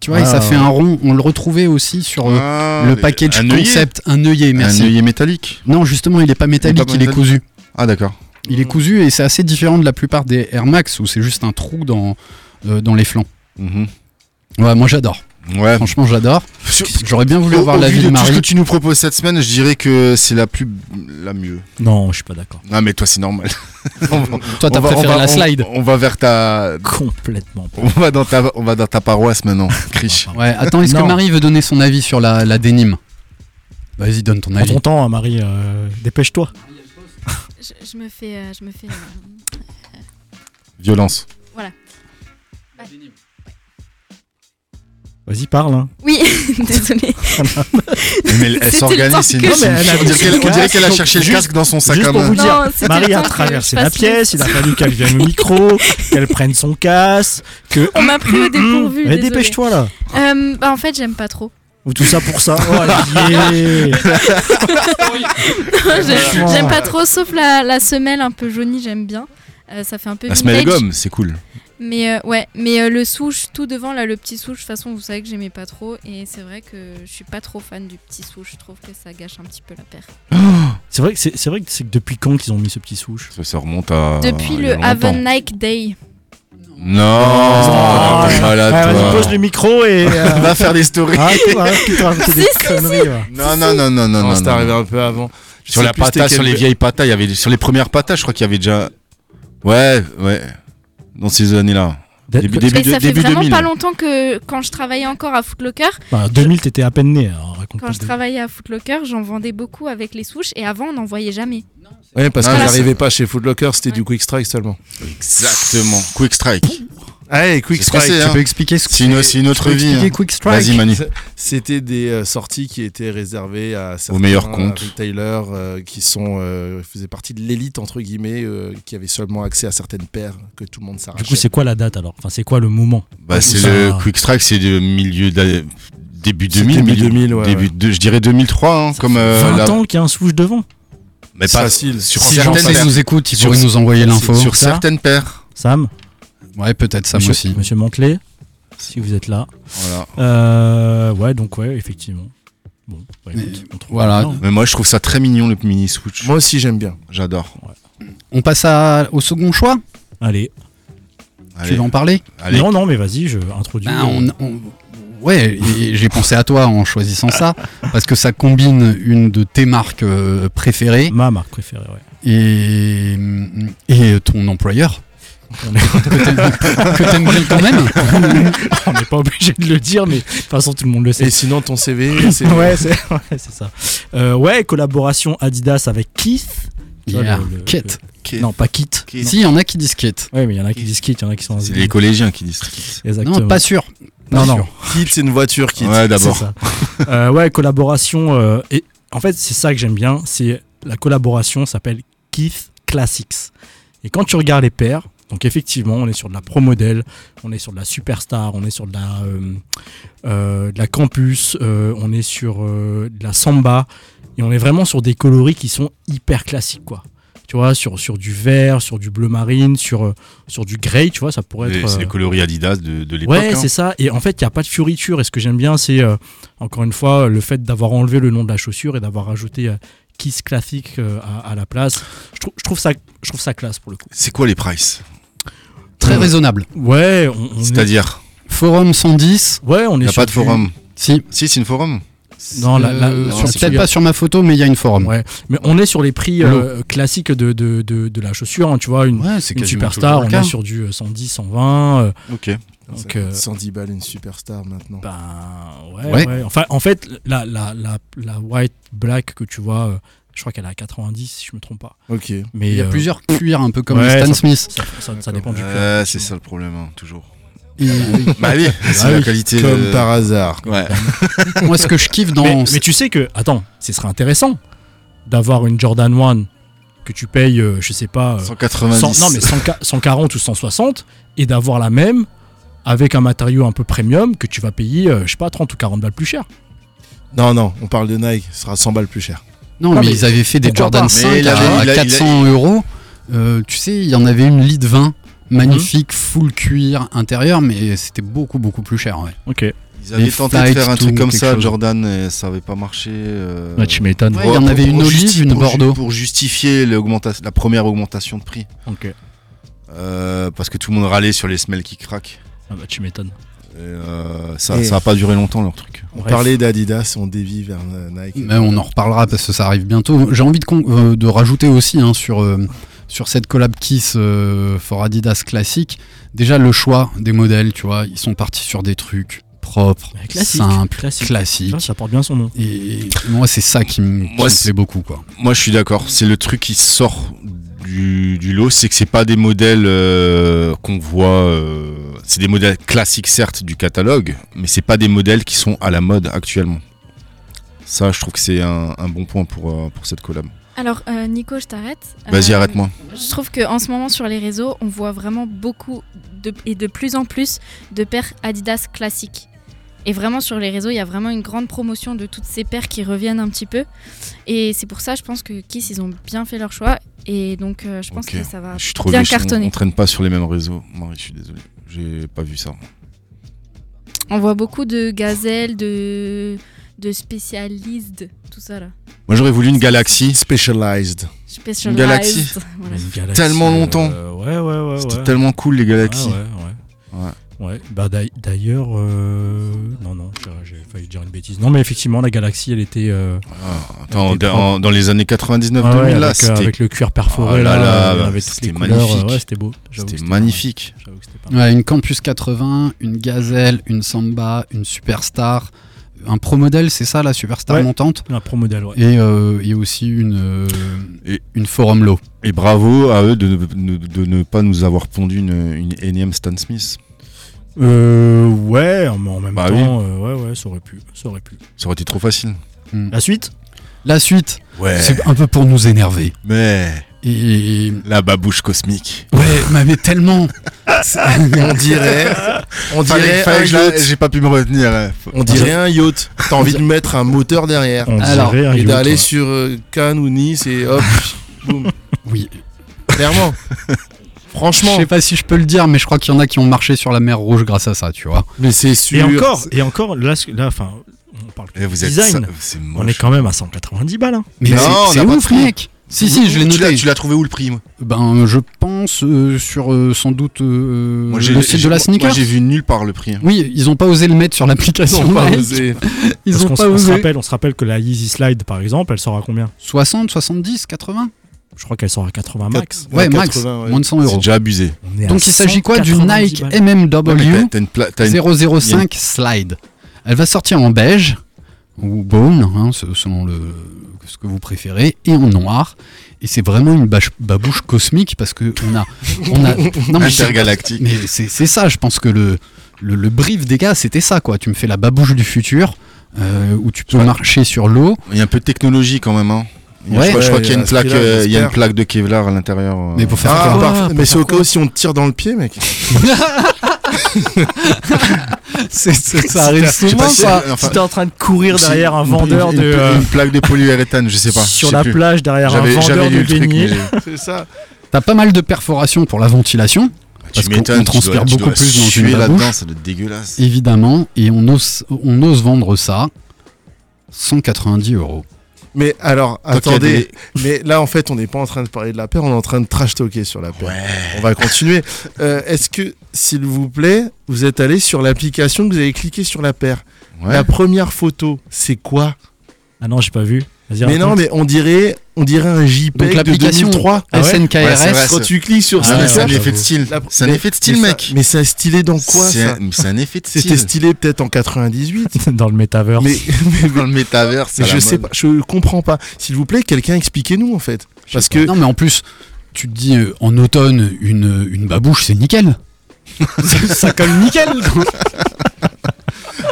Speaker 1: Tu vois, et ça
Speaker 6: Ah.
Speaker 1: fait un rond. On le retrouvait aussi sur euh,
Speaker 7: Ah,
Speaker 1: le
Speaker 7: les-
Speaker 1: package
Speaker 7: un œillet.
Speaker 1: concept, un œillet, merci.
Speaker 7: Un œillet métallique.
Speaker 1: Non, justement, il n'est pas métallique, il est,
Speaker 7: métallique.
Speaker 1: cousu.
Speaker 7: Ah, d'accord.
Speaker 1: Il est cousu et c'est assez différent de la plupart des Air Max où c'est juste un trou dans, euh, dans les flancs.
Speaker 7: Mhm.
Speaker 1: Ouais, moi j'adore.
Speaker 7: Ouais.
Speaker 1: Franchement, j'adore. J'aurais bien voulu
Speaker 7: Au-
Speaker 1: avoir
Speaker 7: au
Speaker 1: l'avis
Speaker 7: vu
Speaker 1: de
Speaker 7: tout ce que
Speaker 1: Marie.
Speaker 7: tu nous proposes cette semaine, je dirais que c'est la plus. la mieux.
Speaker 6: Non, je suis pas d'accord.
Speaker 7: Non, mais toi, c'est normal. On va-
Speaker 1: Toi, t'as
Speaker 7: on va-
Speaker 1: préféré
Speaker 7: on va-
Speaker 1: la slide.
Speaker 7: On, on va vers ta.
Speaker 6: Complètement.
Speaker 7: On va dans ta, on va dans ta paroisse maintenant, Krish.
Speaker 1: Ouais, attends, est-ce que
Speaker 6: Non.
Speaker 1: Marie veut donner son avis sur la, la dénime Vas-y, donne ton
Speaker 6: Prends
Speaker 1: avis.
Speaker 6: ton temps, hein, Marie. euh, Dépêche-toi.
Speaker 5: Je, je me fais. euh, je me fais euh,
Speaker 7: Violence.
Speaker 6: Vas-y, parle. hein.
Speaker 5: Oui, désolée.
Speaker 7: Mais elle- elle
Speaker 5: C'était
Speaker 7: s'organise,
Speaker 5: le
Speaker 7: c'est une
Speaker 5: temps que
Speaker 7: c'est une
Speaker 6: je-
Speaker 7: chose. On dirait qu'elle- on dirait qu'elle a cherché le
Speaker 6: Juste-
Speaker 7: casque dans son sac
Speaker 6: Juste
Speaker 7: à
Speaker 6: pour vous
Speaker 7: main.
Speaker 5: Non,
Speaker 6: dire,
Speaker 5: c'était le
Speaker 6: Marie a
Speaker 5: temps que
Speaker 6: traversé
Speaker 5: je
Speaker 6: la
Speaker 5: fasse
Speaker 6: pièce, il a fallu qu'elle vienne au micro, qu'elle prenne son casse, que.
Speaker 5: On m'a pris au dépourvu.
Speaker 6: Mais
Speaker 5: Oh, désolée.
Speaker 6: dépêche-toi là
Speaker 5: Euh, bah, en fait, j'aime pas trop.
Speaker 6: Ou tout ça pour ça Oh, yeah.
Speaker 5: J'aime
Speaker 6: Voilà.
Speaker 5: j'aime pas trop, sauf la, la semelle un peu jaunie, j'aime bien. Euh, ça fait un peu
Speaker 7: La semelle à
Speaker 5: vintage.
Speaker 7: gomme, c'est cool.
Speaker 5: Mais euh, ouais, mais euh, le souche tout devant là, le petit souche, de toute façon vous savez que j'aimais pas trop et c'est vrai que je suis pas trop fan du petit souche, je trouve que ça gâche un petit peu la paire.
Speaker 6: C'est vrai que c'est c'est vrai que c'est que depuis quand qu'ils ont mis ce petit souche
Speaker 7: Ça, ça remonte à. Ah,
Speaker 5: Depuis
Speaker 7: il y a
Speaker 5: le
Speaker 7: longtemps.
Speaker 5: Haven Nike Day.
Speaker 7: Non, Oh, t'es malade,
Speaker 6: Ah, Ouais,
Speaker 7: toi.
Speaker 6: Vas-y, pose le micro et. euh, hein,
Speaker 7: Va faire des stories.
Speaker 6: arrête arrête de te raconter des conneries, va.
Speaker 7: Non, non, non, non, non.
Speaker 8: Non,
Speaker 7: non,
Speaker 8: c'est
Speaker 7: non.
Speaker 8: arrivé un peu avant. Je
Speaker 7: Sur
Speaker 8: sais
Speaker 7: la
Speaker 8: plus c'était
Speaker 7: pata, sur
Speaker 8: quel-
Speaker 7: les vieilles patas, il y avait sur les premières patas, je crois qu'il y avait déjà. Ouais, ouais. Dans ces années-là. Début, début,
Speaker 5: Et
Speaker 7: de-
Speaker 5: ça fait
Speaker 7: début
Speaker 5: vraiment
Speaker 7: 2000.
Speaker 5: pas longtemps que quand je travaillais encore à Footlocker,
Speaker 6: Bah, 2000, t'étais à peine né, hein, alors raconte
Speaker 5: quand
Speaker 6: pas
Speaker 5: je
Speaker 6: de-
Speaker 5: travaillais à Footlocker, j'en vendais beaucoup avec les souches et avant on n'en voyait jamais.
Speaker 8: Ouais, parce que
Speaker 7: Voilà.
Speaker 8: j'arrivais pas chez Footlocker, c'était
Speaker 5: Ouais.
Speaker 8: du Quick Strike seulement.
Speaker 7: Exactement. Quick Strike.
Speaker 8: Allez, Quick
Speaker 7: C'est ce que
Speaker 8: Strike.
Speaker 7: c'est, hein.
Speaker 1: Tu peux expliquer ce que
Speaker 7: C'est une, c'est une
Speaker 1: tu
Speaker 7: autre
Speaker 1: peux
Speaker 7: vie.
Speaker 1: expliquer
Speaker 7: hein.
Speaker 1: Quick Strike
Speaker 7: Vas-y, Manu.
Speaker 8: C'était des euh, sorties qui étaient réservées à certains
Speaker 7: meilleurs comptes.
Speaker 8: retailers euh, qui sont, euh, faisaient partie de l'élite, entre guillemets, euh, qui avaient seulement accès à certaines paires que tout le monde
Speaker 6: Du coup,
Speaker 8: s'arrachait.
Speaker 6: c'est quoi la date alors Enfin, c'est quoi le moment
Speaker 7: Bah, c'est
Speaker 6: Ça-
Speaker 7: le Quick Strike, c'est le milieu de début
Speaker 8: C'est
Speaker 7: 2000,
Speaker 8: début
Speaker 7: milieu-
Speaker 8: 2000, ouais,
Speaker 7: début
Speaker 8: ouais.
Speaker 7: de- je dirais 2003, hein, comme euh,
Speaker 6: 20
Speaker 7: la-
Speaker 6: ans qu'il y a un souche devant
Speaker 7: mais
Speaker 8: C'est
Speaker 7: pas
Speaker 8: facile.
Speaker 7: sur
Speaker 1: Si
Speaker 7: certaines
Speaker 1: Jean-Pierre
Speaker 7: paires.
Speaker 1: nous écoute, il
Speaker 7: Sur-
Speaker 1: pourrait nous envoyer l'info.
Speaker 7: sur
Speaker 6: Ça.
Speaker 7: certaines paires.
Speaker 6: Sam
Speaker 1: Ouais, peut-être ça moi
Speaker 6: monsieur,
Speaker 1: aussi.
Speaker 6: Monsieur Mantelet, si vous êtes là.
Speaker 7: Voilà.
Speaker 6: Euh, ouais, donc ouais, effectivement. Bon, bah,
Speaker 1: Mais,
Speaker 6: écoute, on trouve
Speaker 1: voilà.
Speaker 6: rien.
Speaker 7: Mais moi, je trouve ça très mignon le mini switch.
Speaker 8: Moi aussi, j'aime bien.
Speaker 7: J'adore.
Speaker 1: On passe à- au second choix.
Speaker 6: Allez.
Speaker 1: Tu
Speaker 7: Allez,
Speaker 1: vas en parler
Speaker 7: allez.
Speaker 6: Non, non, mais vas-y, je introduis.
Speaker 1: Ben, on- on- Ouais, et j'ai pensé à toi en choisissant ça, parce que ça combine une de tes marques euh, préférées
Speaker 6: Ma marque préférée, ouais.
Speaker 1: et, et ton employeur.
Speaker 6: On est-
Speaker 1: Que t'aimes bien quand même.
Speaker 6: on n'est pas obligé de le dire, mais de toute façon, tout le monde le sait.
Speaker 8: Et sinon, ton CV, c'est.
Speaker 6: Ouais, c'est ouais, c'est ça. Euh, ouais, collaboration Adidas avec Keith. Tu vois,
Speaker 1: Yeah.
Speaker 6: le- le-
Speaker 1: Kit.
Speaker 7: Keith.
Speaker 6: Non, pas Keith.
Speaker 7: Keith.
Speaker 1: Si, il y en a qui disent Kit.
Speaker 6: Ouais, mais il y en a qui disent Keith, il y en a qui sont
Speaker 7: C'est les collégiens qui disent Keith.
Speaker 6: Exactement.
Speaker 1: Non, pas sûr. Pas
Speaker 6: Non, non.
Speaker 1: sûr.
Speaker 8: Kit, c'est une voiture, Kit.
Speaker 7: Ouais, d'abord.
Speaker 6: C'est ça. Euh, ouais, collaboration. euh, et en fait, c'est ça que j'aime bien. C'est la collaboration s'appelle Keith Classics. Et quand tu regardes les paires, donc effectivement, on est sur de la pro modèle, on est sur de la superstar, on est sur de la, euh, euh, de la campus, euh, on est sur euh, de la samba. Et on est vraiment sur des coloris qui sont hyper classiques, quoi. Tu vois, sur, sur du vert, sur du bleu marine, sur, euh, sur du grey, tu vois, ça pourrait
Speaker 7: Les-
Speaker 6: être.
Speaker 7: C'est
Speaker 6: euh,
Speaker 7: les coloris Adidas de, de l'époque.
Speaker 6: Ouais,
Speaker 7: hein.
Speaker 6: c'est ça. Et en fait, il n'y a pas de fioriture. Et ce que j'aime bien, c'est euh, encore une fois le fait d'avoir enlevé le nom de la chaussure et d'avoir rajouté euh, Kiss Classic euh, à, à la place. Je, trou- je trouve ça, je trouve ça classe pour le coup.
Speaker 7: C'est quoi les prices
Speaker 1: Très
Speaker 6: Euh,
Speaker 1: raisonnable.
Speaker 6: Ouais, on, on est,
Speaker 7: C'est-à-dire,
Speaker 1: Forum 110.
Speaker 6: ouais, on est
Speaker 7: il n'y a
Speaker 6: sur
Speaker 7: pas de
Speaker 6: du-
Speaker 7: forum.
Speaker 1: Si.
Speaker 7: Si, c'est une forum.
Speaker 6: Non, la- la-
Speaker 1: Euh,
Speaker 6: la-
Speaker 1: sur-
Speaker 6: la-
Speaker 1: peut-être pas sur ma photo, mais il y a une forum.
Speaker 6: Ouais, mais on est sur les prix euh, classiques de, de, de, de la chaussure. hein, tu vois, une,
Speaker 1: Ouais, c'est
Speaker 6: une
Speaker 1: quasiment
Speaker 6: superstar,
Speaker 1: toujours
Speaker 6: on
Speaker 1: le
Speaker 6: est
Speaker 1: cas.
Speaker 6: sur du euh, 110, 120. euh,
Speaker 7: Ok.
Speaker 6: donc, euh,
Speaker 8: 110 balles, une superstar maintenant.
Speaker 6: Ben ouais,
Speaker 1: Ouais.
Speaker 6: ouais. Enfin, en fait, la, la, la, la white black que tu vois, euh, je crois qu'elle est à 90 si je me trompe pas.
Speaker 8: Ok.
Speaker 6: Mais
Speaker 1: Il y a
Speaker 6: euh,
Speaker 1: plusieurs cuirs, un peu comme
Speaker 6: ouais,
Speaker 1: Stan
Speaker 6: ça-
Speaker 1: Smith.
Speaker 6: Ça, ça- ça dépend du cuir.
Speaker 7: Euh, c'est ça le problème, hein, toujours.
Speaker 1: Et-
Speaker 7: Bah oui, c'est la
Speaker 6: oui,
Speaker 7: qualité.
Speaker 8: Comme
Speaker 7: de-
Speaker 8: par hasard.
Speaker 7: Ouais.
Speaker 1: Moi, ce que je kiffe dans.
Speaker 6: Mais, mais tu sais que, attends, ce serait intéressant d'avoir une Jordan 1 que tu payes, euh, je sais pas, euh,
Speaker 7: 190.
Speaker 6: 100 non, mais 100 140 ou 160 et d'avoir la même avec un matériau un peu premium que tu vas payer, euh, je sais pas, 30 ou 40 balles plus cher.
Speaker 8: Non, non, on parle de Nike, ce sera 100 balles plus cher.
Speaker 1: Non, mais,
Speaker 6: mais
Speaker 1: ils avaient fait des
Speaker 6: pourquoi
Speaker 1: Jordan
Speaker 6: pas
Speaker 1: 5
Speaker 7: Mais il
Speaker 1: à,
Speaker 7: avait-
Speaker 1: à
Speaker 7: il a- il a-
Speaker 1: 400 euros. Euh, tu sais, il y en avait une lit de 20, magnifique,
Speaker 7: Mhm.
Speaker 1: full cuir intérieur, mais c'était beaucoup, beaucoup plus cher. ouais.
Speaker 6: Ok,
Speaker 7: Ils avaient
Speaker 1: Les
Speaker 7: tenté de
Speaker 1: Flight
Speaker 7: faire un
Speaker 1: Two,
Speaker 7: truc comme
Speaker 1: quelque
Speaker 7: ça,
Speaker 1: chose.
Speaker 7: Jordan, et ça n'avait pas marché. euh,
Speaker 6: Bah, tu m'étonnes.
Speaker 1: Ouais, il y en avait une olive,
Speaker 7: justi-
Speaker 1: une
Speaker 7: pour ju-
Speaker 1: bordeaux.
Speaker 7: Pour justifier l'augmenta- la première augmentation de prix. Euh, parce que tout le monde râlait sur les semelles qui craquent.
Speaker 6: Ah bah, tu m'étonnes.
Speaker 7: Et, euh, ça n'a
Speaker 8: Et-
Speaker 7: pas duré longtemps leur truc.
Speaker 8: On
Speaker 6: Bref.
Speaker 8: parlait d'Adidas, on dévie vers euh, Nike.
Speaker 1: Mais on en reparlera parce que ça arrive bientôt. J'ai envie de, con- euh, de rajouter aussi hein, sur, euh, sur cette collab Kiss euh, for Adidas classique. Déjà, le choix des modèles, tu vois, ils sont partis sur des trucs propres,
Speaker 6: Classique.
Speaker 1: simples,
Speaker 6: classique.
Speaker 1: classiques.
Speaker 6: Ça, ça porte bien son nom.
Speaker 1: Et moi, c'est ça qui me qui
Speaker 7: Moi,
Speaker 1: me
Speaker 7: c'est-
Speaker 1: plaît beaucoup. Quoi.
Speaker 7: Moi, je suis d'accord. C'est le truc qui sort du, du lot, c'est que c'est pas des modèles euh, qu'on voit euh, c'est des modèles classiques certes du catalogue, mais c'est pas des modèles qui sont à la mode actuellement. Ça, je trouve que c'est un, un bon point pour, euh, pour cette collab.
Speaker 5: Alors, euh, Nico, je t'arrête.
Speaker 7: Vas-y,
Speaker 5: Euh,
Speaker 7: arrête-moi.
Speaker 5: Je trouve qu'en ce moment, sur les réseaux, on voit vraiment beaucoup de, et de plus en plus de paires Adidas classiques. Et vraiment, sur les réseaux, il y a vraiment une grande promotion de toutes ces paires qui reviennent un petit peu. Et c'est pour ça, je pense que Kiss, ils ont bien fait leur choix. Et donc, euh, je pense
Speaker 7: Ok.
Speaker 5: que ça va.
Speaker 7: Je suis trop
Speaker 5: bien
Speaker 7: vieux, je-
Speaker 5: cartonné.
Speaker 7: On, on traîne pas sur les mêmes réseaux. Marie, je suis désolé. J'ai pas vu ça.
Speaker 5: On voit beaucoup de gazelles, de, de spécialistes, tout ça là.
Speaker 7: Moi, j'aurais voulu une galaxie.
Speaker 8: Specialized.
Speaker 5: Specialized.
Speaker 7: galaxie.
Speaker 5: Voilà.
Speaker 6: Une galaxie,
Speaker 7: Tellement longtemps.
Speaker 6: euh, ouais, ouais, ouais.
Speaker 7: C'était
Speaker 6: ouais.
Speaker 7: tellement cool, les
Speaker 6: Ah,
Speaker 7: galaxies.
Speaker 6: ouais, ouais.
Speaker 7: Ouais.
Speaker 6: Ouais. Bah, d'ail- d'ailleurs, euh, non, non, j'ai- j'ai failli dire une bêtise. Non, mais effectivement, la galaxie, elle était. euh,
Speaker 7: Ah, attends,
Speaker 6: C'était
Speaker 7: en-
Speaker 6: trop-
Speaker 7: en- dans les années 99-2000,
Speaker 6: ah ouais,
Speaker 7: là,
Speaker 6: avec, euh,
Speaker 7: c'était
Speaker 6: avec le cuir perforé,
Speaker 7: Ah là là,
Speaker 6: euh,
Speaker 7: bah,
Speaker 6: avec toutes les
Speaker 7: c'était
Speaker 6: couleurs,
Speaker 7: magnifique.
Speaker 6: euh, ouais, c'était beau. J'avoue que
Speaker 7: c'était magnifique.
Speaker 6: pas mal. J'avoue que c'était pas mal.
Speaker 1: Ouais, une Campus 80, une Gazelle, une Samba, une Superstar, un Pro Model, c'est ça la Superstar
Speaker 6: Ouais.
Speaker 1: montante
Speaker 6: Un pro modèle, ouais.
Speaker 1: et, euh, et aussi une, euh,
Speaker 7: Et-
Speaker 1: une Forum Low.
Speaker 7: Et bravo à eux de ne, de- de ne pas nous avoir pondu une, une énième Stan Smith.
Speaker 6: Euh, ouais, mais en même
Speaker 7: Bah
Speaker 6: temps, euh, ouais, ouais, ça aurait pu, ça aurait pu.
Speaker 7: Ça aurait été trop facile.
Speaker 6: La suite
Speaker 1: La suite,
Speaker 7: Ouais.
Speaker 1: c'est un peu pour nous énerver.
Speaker 7: Mais
Speaker 1: Et
Speaker 7: la babouche cosmique.
Speaker 1: ouais, mais, mais tellement.
Speaker 8: On dirait.
Speaker 1: ah,
Speaker 8: On dirait.
Speaker 7: Fallait- fallait
Speaker 8: un
Speaker 7: que je la-
Speaker 8: yacht.
Speaker 7: J'ai pas pu me retenir. hein. Faut-
Speaker 8: On dirait un yacht. T'as envie de mettre un moteur derrière.
Speaker 6: On
Speaker 1: Alors,
Speaker 6: dirait un
Speaker 8: Et
Speaker 6: yacht,
Speaker 8: d'aller
Speaker 6: ouais.
Speaker 8: sur euh, Cannes ou Nice et hop. boum.
Speaker 1: Oui.
Speaker 8: Clairement.
Speaker 1: Je
Speaker 8: Franchement.
Speaker 1: sais pas si je peux le dire, mais je crois qu'il y en a qui ont marché sur la mer Rouge grâce à ça, tu vois.
Speaker 8: Mais c'est sûr.
Speaker 6: Et encore, et encore, là, ce- là, enfin, on parle que
Speaker 7: Eh, vous êtes
Speaker 6: design.
Speaker 7: ça- C'est
Speaker 6: on est
Speaker 7: moche.
Speaker 6: quand même à 190 balles. hein.
Speaker 1: Mais
Speaker 7: Non,
Speaker 1: c'est-
Speaker 7: on
Speaker 1: c'est
Speaker 7: n'a pas
Speaker 1: ouf,
Speaker 7: de prix.
Speaker 1: mec. Si, si, je l'ai
Speaker 7: Tu
Speaker 1: noté.
Speaker 7: l'as- Tu l'as trouvé où le prix moi
Speaker 1: Ben, je pense euh, sur euh, sans doute euh,
Speaker 7: Moi, j'ai-
Speaker 1: le site
Speaker 7: j'ai-
Speaker 1: de la sneaker.
Speaker 7: Moi j'ai vu nulle part le prix. hein.
Speaker 1: oui, ils ont pas osé le mettre sur
Speaker 8: Ils
Speaker 1: l'application.
Speaker 8: ont pas
Speaker 1: mec.
Speaker 8: osé.
Speaker 1: Ils
Speaker 6: Parce
Speaker 1: ont
Speaker 6: qu'on
Speaker 1: pas
Speaker 6: s- on se
Speaker 1: osé.
Speaker 6: rappelle, on se rappelle que la Yeezy Slide, par exemple, elle sort à combien
Speaker 1: 60, 70, 80
Speaker 6: Je crois qu'elle sort à 80 max.
Speaker 1: Ouais,
Speaker 8: Ouais,
Speaker 1: max.
Speaker 8: 80, ouais.
Speaker 1: Moins de 100
Speaker 7: C'est
Speaker 1: euros.
Speaker 7: déjà abusé.
Speaker 6: On est à
Speaker 1: Donc il s'agit quoi du
Speaker 6: 190
Speaker 1: Nike
Speaker 6: balles.
Speaker 7: Ouais, mais t'as-
Speaker 1: MMW
Speaker 7: t'as une pla- t'as une-
Speaker 1: 005 Slide. Elle va sortir en beige ou bone, hein, se- selon le, ce que vous préférez, et en noir. Et c'est vraiment une bâche- babouche cosmique parce que on a, on a, non mais c'est-
Speaker 7: intergalactique.
Speaker 1: Mais c'est c'est ça, je pense que le, le, le brief des gars, c'était ça, quoi. Tu me fais la babouche du futur, euh, où tu peux
Speaker 7: Ouais.
Speaker 1: marcher sur l'eau.
Speaker 7: Il y a un peu de technologie quand même. Hein. Il y a-
Speaker 1: Ouais.
Speaker 7: je crois, je crois
Speaker 8: Ouais,
Speaker 7: qu'il y a
Speaker 8: à
Speaker 7: une
Speaker 8: ce
Speaker 7: plaque,
Speaker 8: prix-là,
Speaker 7: euh, il y a une
Speaker 8: j'espère.
Speaker 7: plaque de Kevlar à l'intérieur. euh.
Speaker 1: Mais pour faire
Speaker 8: Ah,
Speaker 1: quoi
Speaker 8: bah, mais c'est au cas où si on te tire dans le pied, mec.
Speaker 1: C'est- c'est- Ça arrive
Speaker 7: Je sais
Speaker 1: souvent,
Speaker 7: pas si-
Speaker 1: ça.
Speaker 7: enfin,
Speaker 6: en train de courir
Speaker 7: si-
Speaker 6: derrière un
Speaker 7: une-
Speaker 6: vendeur
Speaker 7: une,
Speaker 6: de.
Speaker 7: une-
Speaker 6: euh,
Speaker 7: une plaque de polyuréthane, je sais pas.
Speaker 6: sur
Speaker 7: je sais
Speaker 6: la
Speaker 7: plus.
Speaker 6: plage derrière un
Speaker 7: J'avais
Speaker 6: vendeur
Speaker 7: j'avais
Speaker 6: de
Speaker 7: lu le truc. mais
Speaker 6: beignets.
Speaker 7: j'ai-
Speaker 8: C'est ça.
Speaker 1: T'as pas mal de perforations pour la ventilation,
Speaker 7: Tu
Speaker 1: Parce qu'on
Speaker 7: m'étonnes, tu
Speaker 1: transpire
Speaker 7: dois- tu
Speaker 1: beaucoup
Speaker 7: dois
Speaker 1: plus dans une
Speaker 7: suer
Speaker 1: babouche.
Speaker 7: là-dedans, ça doit être dégueulasse.
Speaker 1: évidemment, et on ose, on ose vendre ça 190 euros.
Speaker 8: Mais alors,
Speaker 7: qu'il y a
Speaker 8: attendez. Mais là, en fait, on n'est pas en train de parler de la paire, on est en train de trash talker sur la paire. On va continuer. Euh, Est-ce que, s'il vous plaît, vous êtes allé sur l'application, que vous avez cliqué sur la paire
Speaker 7: Ouais.
Speaker 8: La première photo, c'est quoi
Speaker 6: Ah non, j'ai pas vu. Vas-y,
Speaker 8: Mais non,
Speaker 6: raconte.
Speaker 8: mais on dirait, on dirait un JPEG
Speaker 1: Donc
Speaker 8: de
Speaker 1: l'application
Speaker 8: 2003.
Speaker 6: Ah ouais
Speaker 1: SNKRS,
Speaker 7: Ouais, c'est vrai,
Speaker 8: Quand tu cliques sur
Speaker 6: Ah ouais,
Speaker 8: ça,
Speaker 7: c'est un
Speaker 8: ça,
Speaker 6: ouais,
Speaker 7: effet de
Speaker 6: j'avoue.
Speaker 7: style.
Speaker 8: La-
Speaker 7: C'est un effet de style,
Speaker 8: mais
Speaker 7: mec.
Speaker 8: ça- Mais ça a stylé dans quoi
Speaker 7: C'est
Speaker 8: ça
Speaker 7: un- C'est un effet de
Speaker 8: C'était
Speaker 7: style.
Speaker 8: stylé peut-être en 98.
Speaker 6: dans le métavers.
Speaker 8: mais
Speaker 7: Dans le métavers,
Speaker 8: mais je sais pas, je comprends pas. S'il vous plaît, quelqu'un expliquez-nous en fait. Parce que
Speaker 1: Non, mais en plus, tu te dis euh, en automne, une, une babouche, c'est nickel. ça, ça colle nickel. quoi.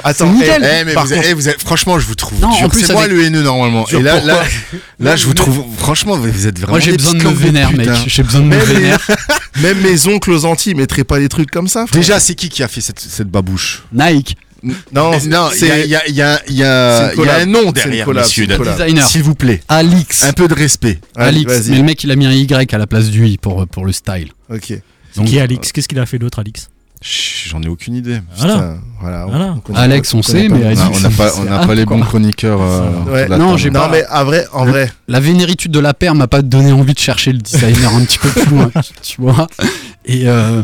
Speaker 8: Attends,
Speaker 1: C'est nickel.
Speaker 7: Eh, mais
Speaker 8: Par
Speaker 7: vous êtes- eh, vous êtes- franchement, je vous trouve.
Speaker 1: Non, en
Speaker 7: dur.
Speaker 1: plus,
Speaker 7: C'est moi
Speaker 1: avec-
Speaker 7: le haineux normalement.
Speaker 8: Dur,
Speaker 7: Et là,
Speaker 8: pourquoi
Speaker 7: là, là, je vous
Speaker 8: Mais-
Speaker 7: trouve. Franchement, vous êtes vraiment.
Speaker 1: Moi, j'ai
Speaker 7: des
Speaker 1: besoin de
Speaker 7: petites
Speaker 1: me
Speaker 7: langues de
Speaker 1: vénère,
Speaker 7: pute,
Speaker 1: mec.
Speaker 7: hein.
Speaker 1: J'ai besoin de me
Speaker 8: Même les-
Speaker 1: vénère.
Speaker 8: même mes oncles aux Antilles mettraient pas des trucs comme ça. frère.
Speaker 7: Déjà, c'est qui qui a fait cette, cette babouche
Speaker 1: Nike,
Speaker 7: Mais
Speaker 8: non,
Speaker 7: Non, il y a,
Speaker 8: c'est
Speaker 7: il y a- il y a- il y a-
Speaker 8: c'est une
Speaker 7: il y a un
Speaker 8: collab.
Speaker 7: nom
Speaker 8: C'est une
Speaker 7: derrière,
Speaker 8: collab,
Speaker 7: messieurs,
Speaker 8: c'est une
Speaker 7: dames.
Speaker 8: collab.
Speaker 1: designer,
Speaker 7: S'il vous plaît,
Speaker 1: Alix.
Speaker 7: un peu de respect.
Speaker 8: Allez,
Speaker 1: Alix, mais
Speaker 8: vas-y.
Speaker 1: le mec il a mis un Y à la place du I pour, pour le style.
Speaker 8: Ok.
Speaker 1: Donc,
Speaker 6: Qui est Alix Qu'est-ce qu'il a fait d'autre, Alix
Speaker 7: Chut, J'en ai aucune idée.
Speaker 1: Ah,
Speaker 6: Voilà.
Speaker 8: Putain, voilà.
Speaker 6: Voilà.
Speaker 8: connaît
Speaker 1: Alex,
Speaker 8: pas-
Speaker 1: on sait, mais
Speaker 7: On
Speaker 1: Alix,
Speaker 7: a- on n'a pas, on
Speaker 1: c'est
Speaker 7: n'a
Speaker 1: un,
Speaker 7: pas les
Speaker 1: quoi.
Speaker 7: bons chroniqueurs. euh,
Speaker 6: Ouais.
Speaker 7: autour de la
Speaker 1: Non,
Speaker 7: table.
Speaker 1: j'ai
Speaker 8: Non
Speaker 1: pas-
Speaker 8: mais à vrai, en
Speaker 1: Le-
Speaker 8: vrai,
Speaker 1: La vénéritude de la paire m'a pas donné envie de chercher le designer un petit peu plus loin, tu- tu vois. Et euh,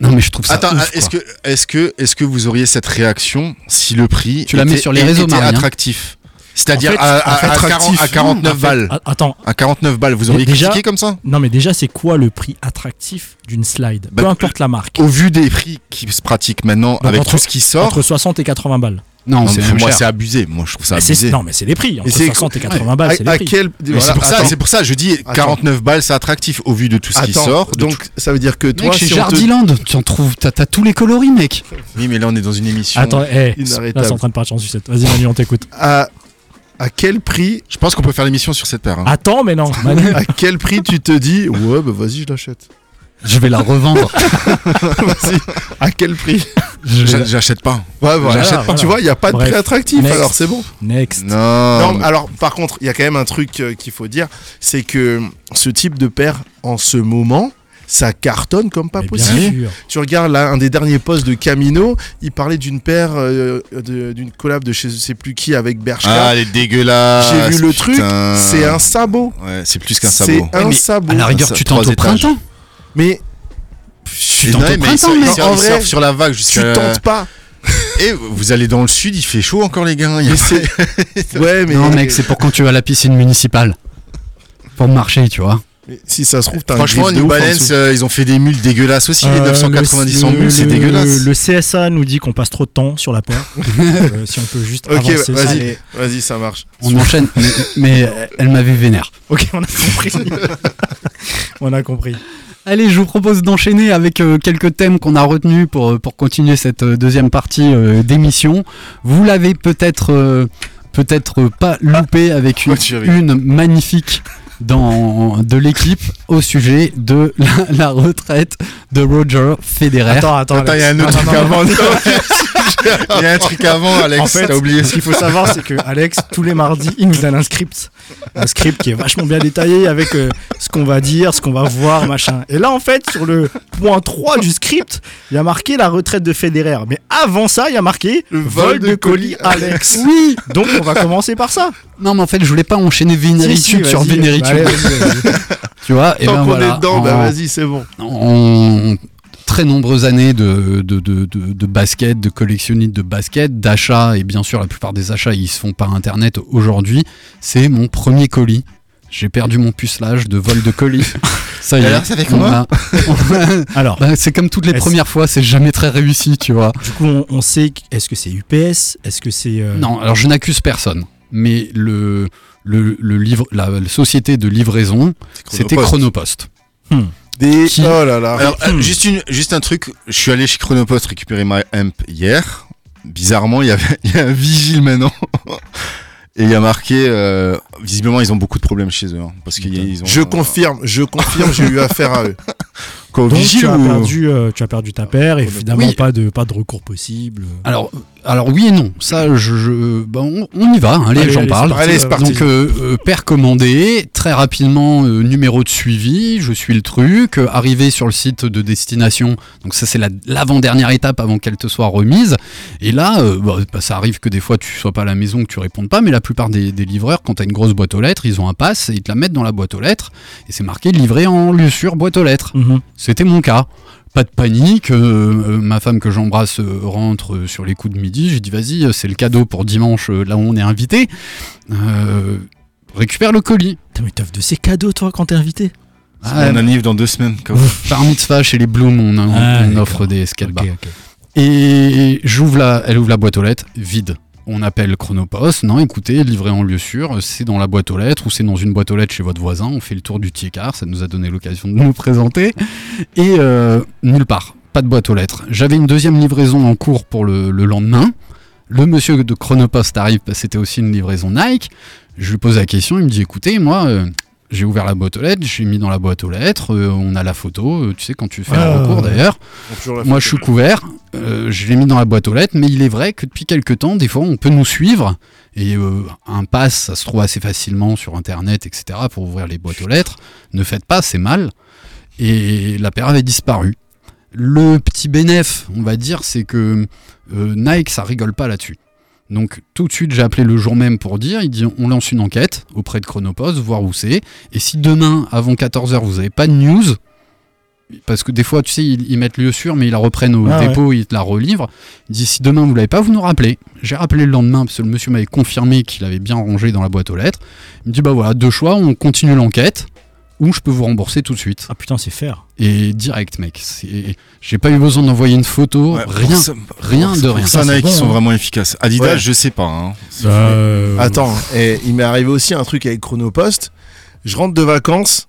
Speaker 1: non, mais je trouve ça.
Speaker 7: Attends,
Speaker 1: ouf,
Speaker 7: est-ce
Speaker 1: quoi.
Speaker 7: que, est-ce que, est-ce que vous auriez cette réaction si le prix
Speaker 1: Tu la mets
Speaker 7: était-
Speaker 1: sur les réseaux,
Speaker 7: était
Speaker 1: Marie, hein.
Speaker 7: attractif C'est-à-dire
Speaker 6: En fait,
Speaker 7: à, à-
Speaker 8: en fait,
Speaker 7: à 40 à
Speaker 8: attractif.
Speaker 7: 49 balles.
Speaker 6: Ah, Attends,
Speaker 7: À 49 balles, vous auriez
Speaker 6: Déjà-
Speaker 7: critiqué comme ça
Speaker 6: non, mais déjà, c'est quoi le prix attractif d'une slide
Speaker 7: Bah,
Speaker 6: Peu importe la marque.
Speaker 7: Au vu des prix qui se pratiquent maintenant
Speaker 6: Bah,
Speaker 7: avec
Speaker 6: entre-
Speaker 7: tout ce qui sort,
Speaker 6: Entre 60 et 80 balles.
Speaker 1: Non,
Speaker 7: Non,
Speaker 1: c'est
Speaker 7: mais
Speaker 1: même
Speaker 7: moi,
Speaker 1: cher.
Speaker 7: c'est abusé. Moi, je trouve ça
Speaker 6: Mais c'est-
Speaker 7: abusé.
Speaker 6: Non, mais c'est les prix. Entre
Speaker 8: Et c'est-
Speaker 6: 60 et 80 balles,
Speaker 8: À-
Speaker 6: c'est les
Speaker 8: à
Speaker 6: prix.
Speaker 8: quel-
Speaker 7: Mais
Speaker 8: voilà,
Speaker 7: c'est pour, ça-
Speaker 8: attends.
Speaker 7: c'est pour ça je dis
Speaker 8: Attends.
Speaker 7: 49 balles, c'est attractif au vu de tout ce qui
Speaker 8: Attends,
Speaker 7: sort. de
Speaker 8: donc
Speaker 7: tout-
Speaker 8: ça veut dire que toi,
Speaker 1: Mec, chez
Speaker 8: si on te-
Speaker 1: Jardiland, tu en trouves, t'as t'as tous les coloris, mec.
Speaker 7: Oui, mais là, on est dans une émission.
Speaker 6: Attends, hé, là,
Speaker 8: Inarrêtable.
Speaker 6: c'est en train de partir en sucette. Vas-y, Manu, on t'écoute.
Speaker 8: à, à quel prix,
Speaker 7: Je pense qu'on peut faire l'émission sur cette paire.
Speaker 8: Ah.
Speaker 7: hein.
Speaker 6: Attends, mais non, Manu.
Speaker 8: à quel prix tu te dis ouais bah vas-y je l'achète.
Speaker 1: Je vais la revendre.
Speaker 8: Vas-y. à quel prix
Speaker 7: J'a- J'achète pas.
Speaker 8: Ouais, voilà.
Speaker 6: J'achète pas.
Speaker 8: Tu vois, il y a pas de
Speaker 6: Bref.
Speaker 8: prix attractif.
Speaker 6: Next.
Speaker 8: Alors c'est bon.
Speaker 6: Next.
Speaker 7: Non.
Speaker 8: Non, alors par contre, il y a quand même un truc euh, qu'il faut dire, c'est que ce type de paire en ce moment, ça cartonne comme pas
Speaker 6: Mais
Speaker 8: possible.
Speaker 6: Bien sûr.
Speaker 8: Tu regardes là un des derniers posts de Camino, il parlait d'une paire euh, de- d'une collab de chez je sais plus qui avec
Speaker 7: Ah,
Speaker 8: Bershka.
Speaker 7: elle est dégueulasse.
Speaker 8: J'ai vu le
Speaker 7: putain.
Speaker 8: truc, c'est un sabot.
Speaker 7: Ouais, c'est plus qu'un
Speaker 8: C'est
Speaker 7: sabot.
Speaker 8: un
Speaker 1: Eh, mais
Speaker 8: sabot.
Speaker 1: À la rigueur,
Speaker 7: Ah, Ça,
Speaker 1: tu tentes
Speaker 7: trois
Speaker 1: au
Speaker 7: étages.
Speaker 1: printemps.
Speaker 8: Mais
Speaker 1: Tu
Speaker 7: Et
Speaker 1: tentes
Speaker 7: non,
Speaker 1: au
Speaker 7: mais ils,
Speaker 1: printemps,
Speaker 7: sont- ils
Speaker 1: mec.
Speaker 7: surfent-
Speaker 8: En
Speaker 7: ils
Speaker 8: vrai,
Speaker 7: surfent sur la vague
Speaker 8: tu
Speaker 7: jusqu'à.
Speaker 8: tentes pas.
Speaker 7: Et vous allez dans le sud, il fait chaud encore, les gars. Il y a-
Speaker 8: Mais c'est. ouais, mais.
Speaker 1: Non, mec, c'est pour quand tu vas à la piscine municipale. Pour marcher, tu vois.
Speaker 8: Mais Si ça se trouve, t'as un
Speaker 7: Franchement,
Speaker 8: griffe de
Speaker 7: New
Speaker 8: ouf en
Speaker 7: Balance,
Speaker 8: dessous.
Speaker 7: euh, ils ont fait des mules dégueulasses aussi, les
Speaker 6: Euh,
Speaker 7: 990 en
Speaker 6: le-
Speaker 7: mules, c'est
Speaker 6: le-
Speaker 7: dégueulasse.
Speaker 6: Le CSA nous dit qu'on passe trop de temps sur la paire. Euh, si on peut juste
Speaker 8: Ok,
Speaker 6: avancer.
Speaker 8: vas-y.
Speaker 6: Allez.
Speaker 8: Vas-y, ça marche.
Speaker 1: On enchaîne. Mais, mais elle m'avait vénère.
Speaker 6: Ok, on a compris. on a compris.
Speaker 1: Allez, je vous propose d'enchaîner avec euh, quelques thèmes qu'on a retenus pour, euh, pour continuer cette euh, deuxième partie euh, d'émission. Vous l'avez peut-être euh, peut-être euh, pas loupé avec une,
Speaker 7: Ah, tu avais-
Speaker 1: une magnifique dans, de l'équipe au sujet de la, la retraite de Roger Federer.
Speaker 6: Attends, attends.
Speaker 7: Attends, il y a un autre truc avant. Il y a un truc avant, Alex.
Speaker 6: En fait,
Speaker 7: t'as oublié.
Speaker 6: ce qu'il faut savoir, c'est que Alex, tous les mardis, il nous donne un script. Un script qui est vachement bien détaillé avec euh, ce qu'on va dire, ce qu'on va voir, machin. Et là, en fait, sur le point 3 du script, il y a marqué la retraite de Federer. Mais avant ça, il y a marqué
Speaker 8: Le
Speaker 6: vol de colis Alex.
Speaker 1: Oui
Speaker 6: Donc, on va commencer par ça.
Speaker 1: Non, mais en fait, je voulais pas enchaîner Vénéritude sur
Speaker 6: vas-y.
Speaker 1: Vénéritude.
Speaker 6: Allez, vas-y, vas-y.
Speaker 1: tu vois, et
Speaker 8: Tant
Speaker 1: ben
Speaker 8: qu'on
Speaker 1: voilà.
Speaker 8: est dedans, bah
Speaker 1: En-
Speaker 8: vas-y, c'est bon.
Speaker 1: en très nombreuses années de, de, de, de, de basket, de collectionnistes de basket, d'achats, et bien sûr la plupart des achats ils se font par internet aujourd'hui, c'est mon premier colis. J'ai perdu mon pucelage de vol de colis. Ça y est.
Speaker 7: alors, ça fait
Speaker 1: on
Speaker 7: comment
Speaker 1: a- on a-
Speaker 6: Alors,
Speaker 1: Bah, c'est comme toutes les
Speaker 6: Est-ce-
Speaker 1: premières fois, c'est jamais très réussi, tu vois.
Speaker 6: du coup, on, on sait. que- Est-ce que c'est UPS Est-ce que c'est. euh,
Speaker 1: Non, alors je n'accuse personne, mais le, le, le livre, la, la société de livraison, c'était Chronopost.
Speaker 8: Des.
Speaker 1: Qui-
Speaker 8: Oh là là.
Speaker 7: Alors, euh, juste, une, juste un truc, je suis allé chez Chronopost récupérer ma hemp hier. Bizarrement, il y avait il y a un vigile maintenant. Et il y a marqué, euh, visiblement, ils ont beaucoup de problèmes chez eux. hein, parce qu'ils ils ont.
Speaker 8: Je confirme, je confirme, j'ai eu affaire à eux.
Speaker 7: Quoi, au
Speaker 6: Donc,
Speaker 7: vigile
Speaker 6: tu as,
Speaker 7: ou-
Speaker 6: perdu, euh, tu as perdu ta paire et finalement
Speaker 1: Oui.
Speaker 6: pas, de, pas de recours possible.
Speaker 1: Euh, Alors, alors oui et non, ça, je, je- bah, on, on y va, hein, allez,
Speaker 6: Allez,
Speaker 1: j'en
Speaker 6: allez,
Speaker 1: parle.
Speaker 6: parti,
Speaker 8: Allez, c'est
Speaker 6: euh,
Speaker 8: parti.
Speaker 1: Donc, euh, euh, père commandé, très rapidement, euh, numéro de suivi, je suis le truc, euh, arrivé sur le site de destination, donc ça c'est la- l'avant-dernière étape avant qu'elle te soit remise, et là, euh, bah, bah, ça arrive que des fois tu sois pas à la maison, que tu répondes pas, mais la plupart des, des livreurs, quand tu as une grosse boîte aux lettres, ils ont un pass et ils te la mettent dans la boîte aux lettres, et c'est marqué livré en lieu sûr boîte aux lettres.
Speaker 6: Mhm.
Speaker 1: C'était mon cas. Pas de panique, euh, euh, ma femme que j'embrasse euh, rentre euh, sur les coups de midi, j'ai dit vas-y, euh, c'est le cadeau pour dimanche, euh, là où on est invité. Euh, récupère le colis.
Speaker 6: Putain, mais t'offres de ces cadeaux, toi, quand t'es invité
Speaker 7: C'est
Speaker 1: Ah,
Speaker 7: mon anniv dans deux semaines. quoi.
Speaker 1: par mitzvah, chez les Bloom, on, on-
Speaker 6: Ah,
Speaker 1: on
Speaker 6: d'accord.
Speaker 1: offre des escales
Speaker 6: Ok, ok.
Speaker 1: Et j'ouvre la, elle ouvre la boîte aux lettres, vide. On appelle Chronopost. Non, écoutez, livré en lieu sûr, c'est dans la boîte aux lettres ou c'est dans une boîte aux lettres chez votre voisin. On fait le tour du petit écart, ça nous a donné l'occasion de nous présenter. Et euh, nulle part, pas de boîte aux lettres. J'avais une deuxième livraison en cours pour le, le lendemain. Le monsieur de Chronopost arrive, parce que c'était aussi une livraison Nike. Je lui pose la question, il me dit écoutez, moi. euh, j'ai ouvert la boîte aux lettres, j'ai mis dans la boîte aux lettres, euh, on a la photo, euh, tu sais, quand tu fais
Speaker 6: Ah,
Speaker 1: un recours
Speaker 6: ouais.
Speaker 1: d'ailleurs.
Speaker 8: Toujours la
Speaker 1: Moi,
Speaker 8: faute.
Speaker 1: je suis couvert. euh, je l'ai mis dans la boîte aux lettres, mais il est vrai que depuis quelques temps, des fois, on peut nous suivre. Et euh, un pass, ça se trouve assez facilement sur Internet, etc., pour ouvrir les boîtes aux lettres. Ne faites pas, c'est mal. Et la paire avait disparu. Le petit bénéf, on va dire, c'est que euh, Nike, ça rigole pas là-dessus. Donc tout de suite, j'ai appelé le jour même pour dire, il dit on lance une enquête auprès de Chronopost, voir où c'est. Et si demain, avant 14h, vous n'avez pas de news, parce que des fois, tu sais, ils, ils mettent lieu sûr, mais ils la reprennent au
Speaker 6: Ah ouais.
Speaker 1: dépôt, ils te la relivrent. Ils disent si demain vous l'avez pas, vous nous rappelez. J'ai rappelé le lendemain parce que le monsieur m'avait confirmé qu'il avait bien rangé dans la boîte aux lettres. Il me dit bah voilà, deux choix, on continue l'enquête ou ou je peux vous rembourser tout de suite.
Speaker 6: Ah putain, c'est
Speaker 7: Bah,
Speaker 6: faire.
Speaker 1: Et direct, mec. c'est- J'ai pas eu besoin d'envoyer une photo,
Speaker 7: Ouais, pour
Speaker 1: rien.
Speaker 7: ça-
Speaker 1: rien
Speaker 7: pour
Speaker 1: de
Speaker 7: ça-
Speaker 1: rien.
Speaker 7: Pour ça,
Speaker 6: Ça, c'est
Speaker 7: Nike,
Speaker 6: bon,
Speaker 7: ils sont
Speaker 6: hein.
Speaker 7: vraiment efficaces. Adidas,
Speaker 8: Ouais.
Speaker 7: je sais pas. hein.
Speaker 6: Euh,
Speaker 8: Attends, et il m'est arrivé aussi un truc avec Chronopost. Je rentre de vacances,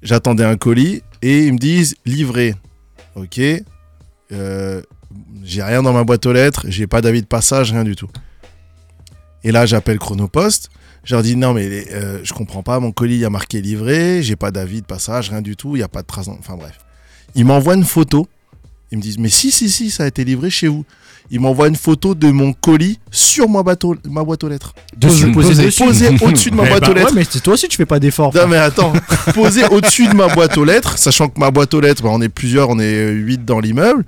Speaker 8: j'attendais un colis et ils me disent livré. Ok, euh, j'ai rien dans ma boîte aux lettres, j'ai pas d'avis de passage, rien du tout. Et là, j'appelle Chronopost. Je leur dis non, mais les- euh, je comprends pas, mon colis il y a marqué livré, j'ai pas d'avis de passage, rien du tout, il y a pas de trace. Enfin bref. Ils m'envoient une photo. Ils me disent mais si, si, si, ça a été livré chez vous. Ils m'envoient une photo de mon colis sur ma, bateau- ma boîte aux lettres.
Speaker 6: Dessus, poser
Speaker 7: Posé- posé-
Speaker 6: dessus.
Speaker 8: Posé au-dessus de ma
Speaker 6: Eh
Speaker 8: boîte
Speaker 7: ben,
Speaker 6: bah
Speaker 8: aux lettres.
Speaker 6: ouais, mais c'est- toi aussi, tu fais pas d'effort.
Speaker 8: Non mais attends, posé au-dessus de ma boîte aux lettres, sachant que ma boîte aux lettres, bah, on est plusieurs, on est 8 dans l'immeuble,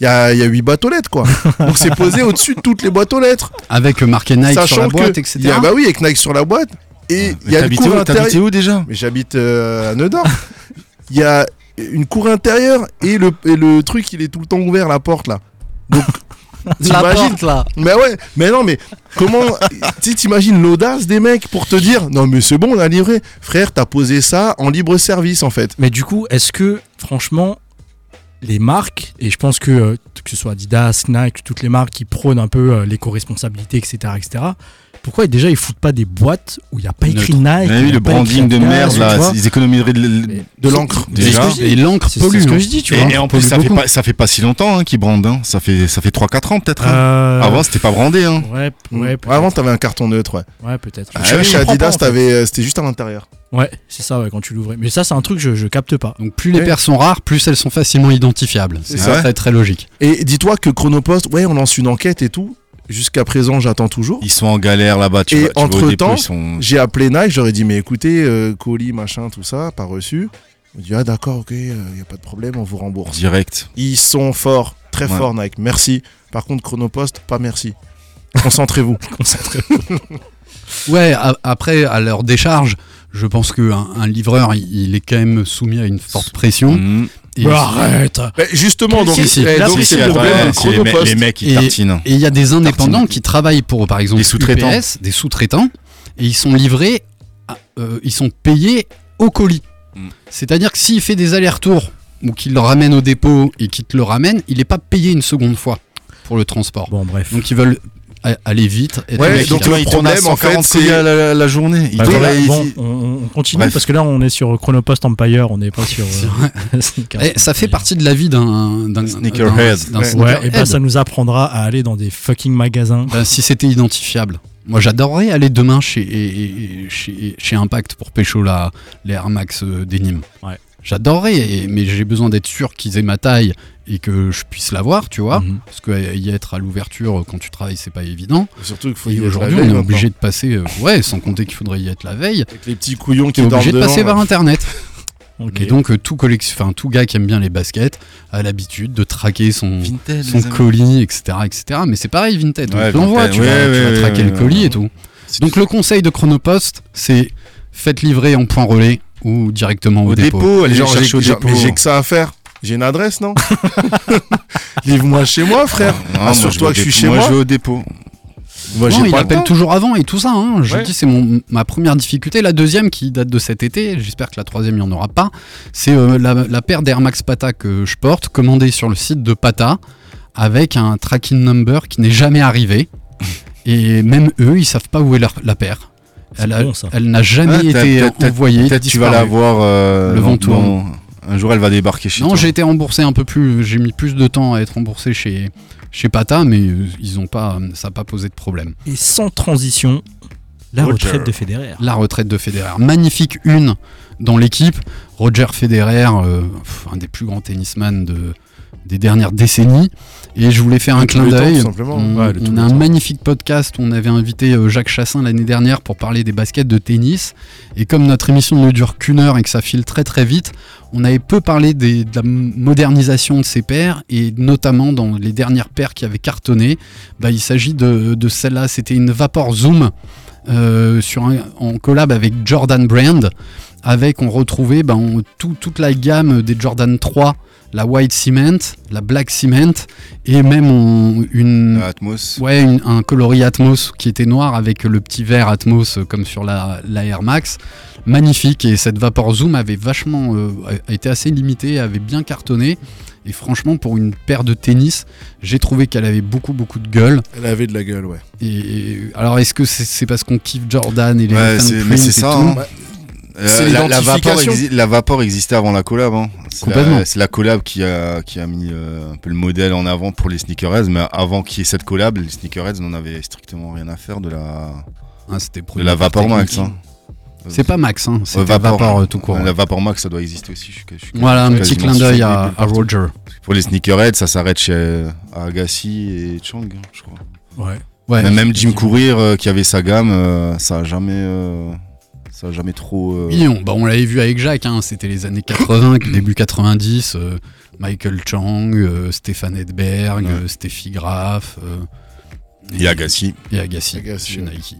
Speaker 8: il y a, il y a 8 boîtes aux lettres quoi. Donc c'est posé au-dessus de toutes les boîtes aux lettres.
Speaker 1: Avec euh, marqué Nike sur la
Speaker 8: sachant
Speaker 1: boîte,
Speaker 8: que...
Speaker 1: etc.
Speaker 8: il y a- bah oui, avec Nike sur la boîte. Et il y
Speaker 7: Mais
Speaker 8: a une
Speaker 7: T'habitais
Speaker 8: cour
Speaker 7: où, t'habitais
Speaker 8: intérieure.
Speaker 7: où déjà
Speaker 8: Mais j'habite euh, à Neudor. Il y a une cour intérieure et le, et le truc il est tout le temps ouvert, la porte là. Donc t'imagines
Speaker 6: là.
Speaker 8: mais ouais, mais non, mais comment. tu sais, t'imagines l'audace des mecs pour te dire Non, mais c'est bon, on a livré. Frère, t'as posé ça en libre service en fait.
Speaker 6: Mais du coup, est-ce que, franchement, les marques, et je pense que euh, que ce soit Adidas, Nike, toutes les marques qui prônent un peu euh, l'éco-responsabilité, etc., etc., pourquoi déjà ils foutent pas des boîtes où il n'y a pas écrit
Speaker 8: Ah,
Speaker 6: Nike
Speaker 7: Mais
Speaker 6: il y
Speaker 7: oui,
Speaker 6: a
Speaker 7: le
Speaker 6: pas écrit
Speaker 7: branding de
Speaker 6: Adidas,
Speaker 7: merde,
Speaker 6: tu
Speaker 7: là,
Speaker 6: vois
Speaker 7: ils économiseraient de l-
Speaker 8: De l'encre.
Speaker 6: C'est ce
Speaker 7: déjà.
Speaker 6: que je dis.
Speaker 1: Et l'encre
Speaker 6: C'est c'est
Speaker 1: pollue.
Speaker 6: ce que
Speaker 1: hein.
Speaker 6: je dis, tu vois.
Speaker 7: Et, et en plus,
Speaker 1: pollue
Speaker 7: ça fait,
Speaker 1: beaucoup.
Speaker 7: pas, ça fait pas si longtemps hein, qu'ils brandent. hein. Ça, fait, ça fait 3-4 ans peut-être. hein.
Speaker 6: Euh,
Speaker 8: Ah.
Speaker 7: Avant, c'était pas brandé. Hein.
Speaker 6: Ouais, p- ouais, peut-être.
Speaker 8: Hmm. Mm. Avant, t'avais un carton neutre, ouais.
Speaker 6: Ouais, peut-être.
Speaker 7: Ah,
Speaker 8: Tu vois,
Speaker 7: oui,
Speaker 8: chez
Speaker 7: je comprends
Speaker 8: Adidas,
Speaker 6: pas, en fait.
Speaker 8: t'avais, euh, c'était juste à l'intérieur.
Speaker 6: Ouais, c'est ça, ouais, quand tu l'ouvrais. Mais ça, c'est un truc que je, je capte pas.
Speaker 1: Donc plus les
Speaker 8: Ouais.
Speaker 1: paires sont rares, plus elles sont facilement identifiables.
Speaker 8: C'est
Speaker 1: C'est
Speaker 7: ça.
Speaker 1: ça, très, très logique.
Speaker 8: Et dis-toi que Chronopost, ouais, on lance une enquête et tout. Jusqu'à présent, j'attends toujours.
Speaker 7: Ils sont en galère là-bas. Tu
Speaker 8: Et
Speaker 7: vois, tu vois, au
Speaker 8: entre-temps,
Speaker 7: dépôt, ils sont.
Speaker 8: J'ai appelé Nike, j'aurais dit Mais écoutez, euh, colis, machin, tout ça, pas reçu. On dit Ah, d'accord, ok, il y a pas de problème, on vous rembourse.
Speaker 7: Direct.
Speaker 8: Ils sont forts, très
Speaker 7: Ouais.
Speaker 8: forts, Nike. Merci. Par contre, Chronopost, pas merci. Concentrez-vous.
Speaker 1: Ouais, a- après, à leur décharge, je pense qu'un un livreur, il, il est quand même soumis à une forte pression.
Speaker 8: Mm.
Speaker 7: Mmh.
Speaker 1: Et-
Speaker 6: Mais arrête
Speaker 8: Bah, justement, donc,
Speaker 1: Si, si.
Speaker 8: eh,
Speaker 6: Là,
Speaker 8: donc,
Speaker 7: Si,
Speaker 8: c'est
Speaker 7: si,
Speaker 8: le
Speaker 7: attends,
Speaker 8: problème
Speaker 7: ouais,
Speaker 8: de
Speaker 7: c'est les, mecs-
Speaker 8: Chronopost.
Speaker 7: les mecs, ils
Speaker 1: Et-
Speaker 7: tartinent.
Speaker 1: Et il y a des indépendants
Speaker 7: Tartine.
Speaker 1: qui travaillent pour, par exemple,
Speaker 7: Des sous-traitants.
Speaker 1: UPS, des sous-traitants, et ils sont livrés, à- euh, ils sont payés au colis.
Speaker 7: Mm.
Speaker 1: C'est-à-dire que s'il fait des allers-retours ou qu'il le ramène au dépôt et qu'il te le ramène, il n'est pas payé une seconde fois pour le transport.
Speaker 6: Bon, bref.
Speaker 1: Donc ils veulent a- aller vite. être
Speaker 8: Ouais,
Speaker 1: efficaces.
Speaker 8: donc le problème, en fait, c'est-
Speaker 7: la, la, la journée. Ils
Speaker 6: Bah, voilà,
Speaker 7: travaillent
Speaker 6: bon,
Speaker 7: ici.
Speaker 6: on, on- on continue
Speaker 7: Bref.
Speaker 6: parce que là on est sur Chronopost Empire, on n'est pas sur. euh,
Speaker 1: C'est vrai.
Speaker 6: Sneaker
Speaker 1: Eh, ça fait
Speaker 6: Empire.
Speaker 1: partie de la vie d'un d'un-
Speaker 7: Sneakerhead.
Speaker 1: d'un- d'un
Speaker 8: Ouais.
Speaker 6: Ouais,
Speaker 1: sneakerhead.
Speaker 6: et ben ça nous apprendra à aller dans des fucking magasins.
Speaker 1: Ben, si c'était identifiable. Moi, j'adorerais aller demain chez, et- et- chez, chez Impact pour pécho la, les Air Max euh, Denim.
Speaker 6: Ouais.
Speaker 1: J'adorerais, et- mais j'ai besoin d'être sûr qu'ils aient ma taille et que je puisse l'avoir, tu
Speaker 8: Mm.
Speaker 1: vois.
Speaker 6: Mhm.
Speaker 1: Parce que euh, y être à l'ouverture euh, quand tu travailles, c'est pas évident.
Speaker 8: Surtout qu'il faut
Speaker 1: Et
Speaker 8: y hein,
Speaker 1: aujourd'hui, on est obligé de passer, euh, ouais, sans compter qu'il faudrait y être la veille,
Speaker 8: Avec les petits couillons
Speaker 1: t'es
Speaker 8: qui dorment
Speaker 1: obligé de
Speaker 8: devant,
Speaker 1: passer
Speaker 8: là.
Speaker 1: par Internet.
Speaker 6: Ok.
Speaker 1: Et donc, euh, tout, collect- enfin, tout gars qui aime bien les baskets a l'habitude de traquer son,
Speaker 7: Vinted,
Speaker 1: son
Speaker 7: les amis.
Speaker 1: colis, etc., etc. Mais c'est pareil, Vinted.
Speaker 7: Ouais,
Speaker 1: on te l'envoie,
Speaker 7: Vinted,
Speaker 1: tu,
Speaker 7: ouais,
Speaker 1: vas, tu
Speaker 7: ouais,
Speaker 1: vas
Speaker 7: ouais,
Speaker 1: traquer
Speaker 7: ouais,
Speaker 1: le colis
Speaker 7: ouais.
Speaker 1: et tout. Donc le conseil de Chronopost, c'est faites livrer en point relais ou directement au,
Speaker 7: Au
Speaker 1: dépôt.
Speaker 7: dépôt, allez
Speaker 8: Genre, j'ai-
Speaker 7: chercher au
Speaker 8: genre,
Speaker 7: dépôt.
Speaker 8: mais j'ai que ça à faire. J'ai une adresse, non Livre-moi chez moi, frère.
Speaker 7: Non, moi,
Speaker 8: Assure-toi
Speaker 7: je vais au
Speaker 8: Ah, que je suis
Speaker 7: dépôt.
Speaker 8: chez moi.
Speaker 7: je vais au dépôt.
Speaker 8: Moi,
Speaker 1: Non,
Speaker 8: j'ai
Speaker 1: il
Speaker 8: pas le
Speaker 1: appelle
Speaker 8: temps.
Speaker 1: toujours avant et tout ça. hein. Je
Speaker 8: Ouais.
Speaker 1: dis c'est mon- ma première difficulté. La deuxième qui date de cet été, j'espère que la troisième il n'y en aura pas, c'est euh, la, la paire d'Air Max Pata que je porte, commandée sur le site de Pata, avec un tracking number qui n'est jamais arrivé. Et même eux, ils savent pas où est leur- la paire.
Speaker 6: C'est
Speaker 1: Elle, a-
Speaker 6: bon, ça.
Speaker 1: elle n'a jamais
Speaker 7: Ah, t'as-
Speaker 1: été
Speaker 7: t'as- t'as-
Speaker 1: envoyée.
Speaker 7: Peut-être tu vas
Speaker 1: disparue.
Speaker 7: la voir. euh,
Speaker 1: Le vent
Speaker 7: dans-
Speaker 1: tourne.
Speaker 7: dans- Un jour, elle va débarquer chez
Speaker 1: Non,
Speaker 7: toi.
Speaker 1: j'ai été remboursé un peu plus. J'ai mis plus de temps à être remboursé chez, chez Pata, mais euh, ils ont pas, ça n'a pas posé de problème.
Speaker 6: Et sans transition, la
Speaker 7: Roger.
Speaker 6: retraite de Federer.
Speaker 1: La retraite de Federer. Magnifique une dans l'équipe. Roger Federer, euh, pff, un des plus grands tennisman de, des dernières décennies. Et je voulais faire un
Speaker 8: De tous
Speaker 1: clin
Speaker 8: les temps,
Speaker 1: d'œil.
Speaker 8: tout simplement.
Speaker 1: On,
Speaker 6: Ouais, de tous
Speaker 1: on
Speaker 6: les
Speaker 1: a un
Speaker 6: temps.
Speaker 1: magnifique podcast. On avait invité euh, Jacques Chassin l'année dernière pour parler des baskets de tennis. Et comme notre émission ne dure qu'une heure et que ça file très très vite, on avait peu parlé des- de la modernisation de ces paires et notamment dans les dernières paires qui avaient cartonné. Bah, il s'agit de, de celle-là. C'était une Vapor Zoom euh, sur un- en collab avec Jordan Brand. Avec, on retrouvait ben, on- tout- toute la gamme des Jordan 3 la White Cement, la Black Cement, et même on- une,
Speaker 7: La Atmos.
Speaker 1: Ouais, une- un coloris Atmos qui était noir avec le petit vert Atmos euh, comme sur la, la Air Max. Magnifique et cette vapeur zoom avait vachement euh, a- a été assez limitée, avait bien cartonné et franchement pour une paire de tennis, j'ai trouvé qu'elle avait beaucoup beaucoup de gueule.
Speaker 8: Elle avait de la gueule, ouais.
Speaker 1: Et, et- alors est-ce que c'est c'est parce qu'on kiffe Jordan et les
Speaker 7: Ouais,
Speaker 1: Nathan
Speaker 7: c'est- mais
Speaker 1: Prince
Speaker 7: c'est
Speaker 1: et
Speaker 7: ça,
Speaker 1: tout
Speaker 7: hein.
Speaker 8: Bah,
Speaker 7: Euh,
Speaker 8: c'est
Speaker 7: la, la vapeur
Speaker 8: l'identification.
Speaker 7: exi- la vapeur existait avant la collab. hein. C'est
Speaker 1: Complètement.
Speaker 7: la, c'est la collab qui a, qui a mis euh, un peu le modèle en avant pour les sneakerheads. Mais avant qu'il y ait cette collab, les sneakerheads n'en avaient strictement rien à faire de la,
Speaker 1: Ah, c'était
Speaker 7: de
Speaker 1: produit
Speaker 7: la
Speaker 1: par
Speaker 7: Vapor Max.
Speaker 1: Technique.
Speaker 7: hein.
Speaker 1: C'est pas Max, hein,
Speaker 7: Euh,
Speaker 1: c'est vapeur, euh, tout court.
Speaker 7: La Vapor Max, ça doit exister aussi. je suis- je suis-
Speaker 1: Voilà, un
Speaker 7: Ouais,
Speaker 1: petit
Speaker 7: je
Speaker 1: clin
Speaker 7: m'en
Speaker 1: d'œil
Speaker 7: souviens
Speaker 1: à,
Speaker 7: plus
Speaker 1: à Roger.
Speaker 7: Pour les sneakerheads, ça s'arrête chez à Agassi et Chang, hein, je crois.
Speaker 6: Ouais.
Speaker 1: Ouais,
Speaker 7: Mais même Jim Courier, euh, qui avait sa gamme, euh, ça a jamais, euh, ça a jamais trop. euh,
Speaker 1: Million. Bah, on l'avait vu avec Jacques, hein, c'était les années 80, début 90. euh, Michael Chang, euh, Stéphane Edberg,
Speaker 7: Ouais.
Speaker 1: euh, Steffi Graf. euh,
Speaker 7: Et Agassi.
Speaker 1: Et Agassi,
Speaker 8: Agassi,
Speaker 1: chez
Speaker 8: ouais.
Speaker 1: Nike.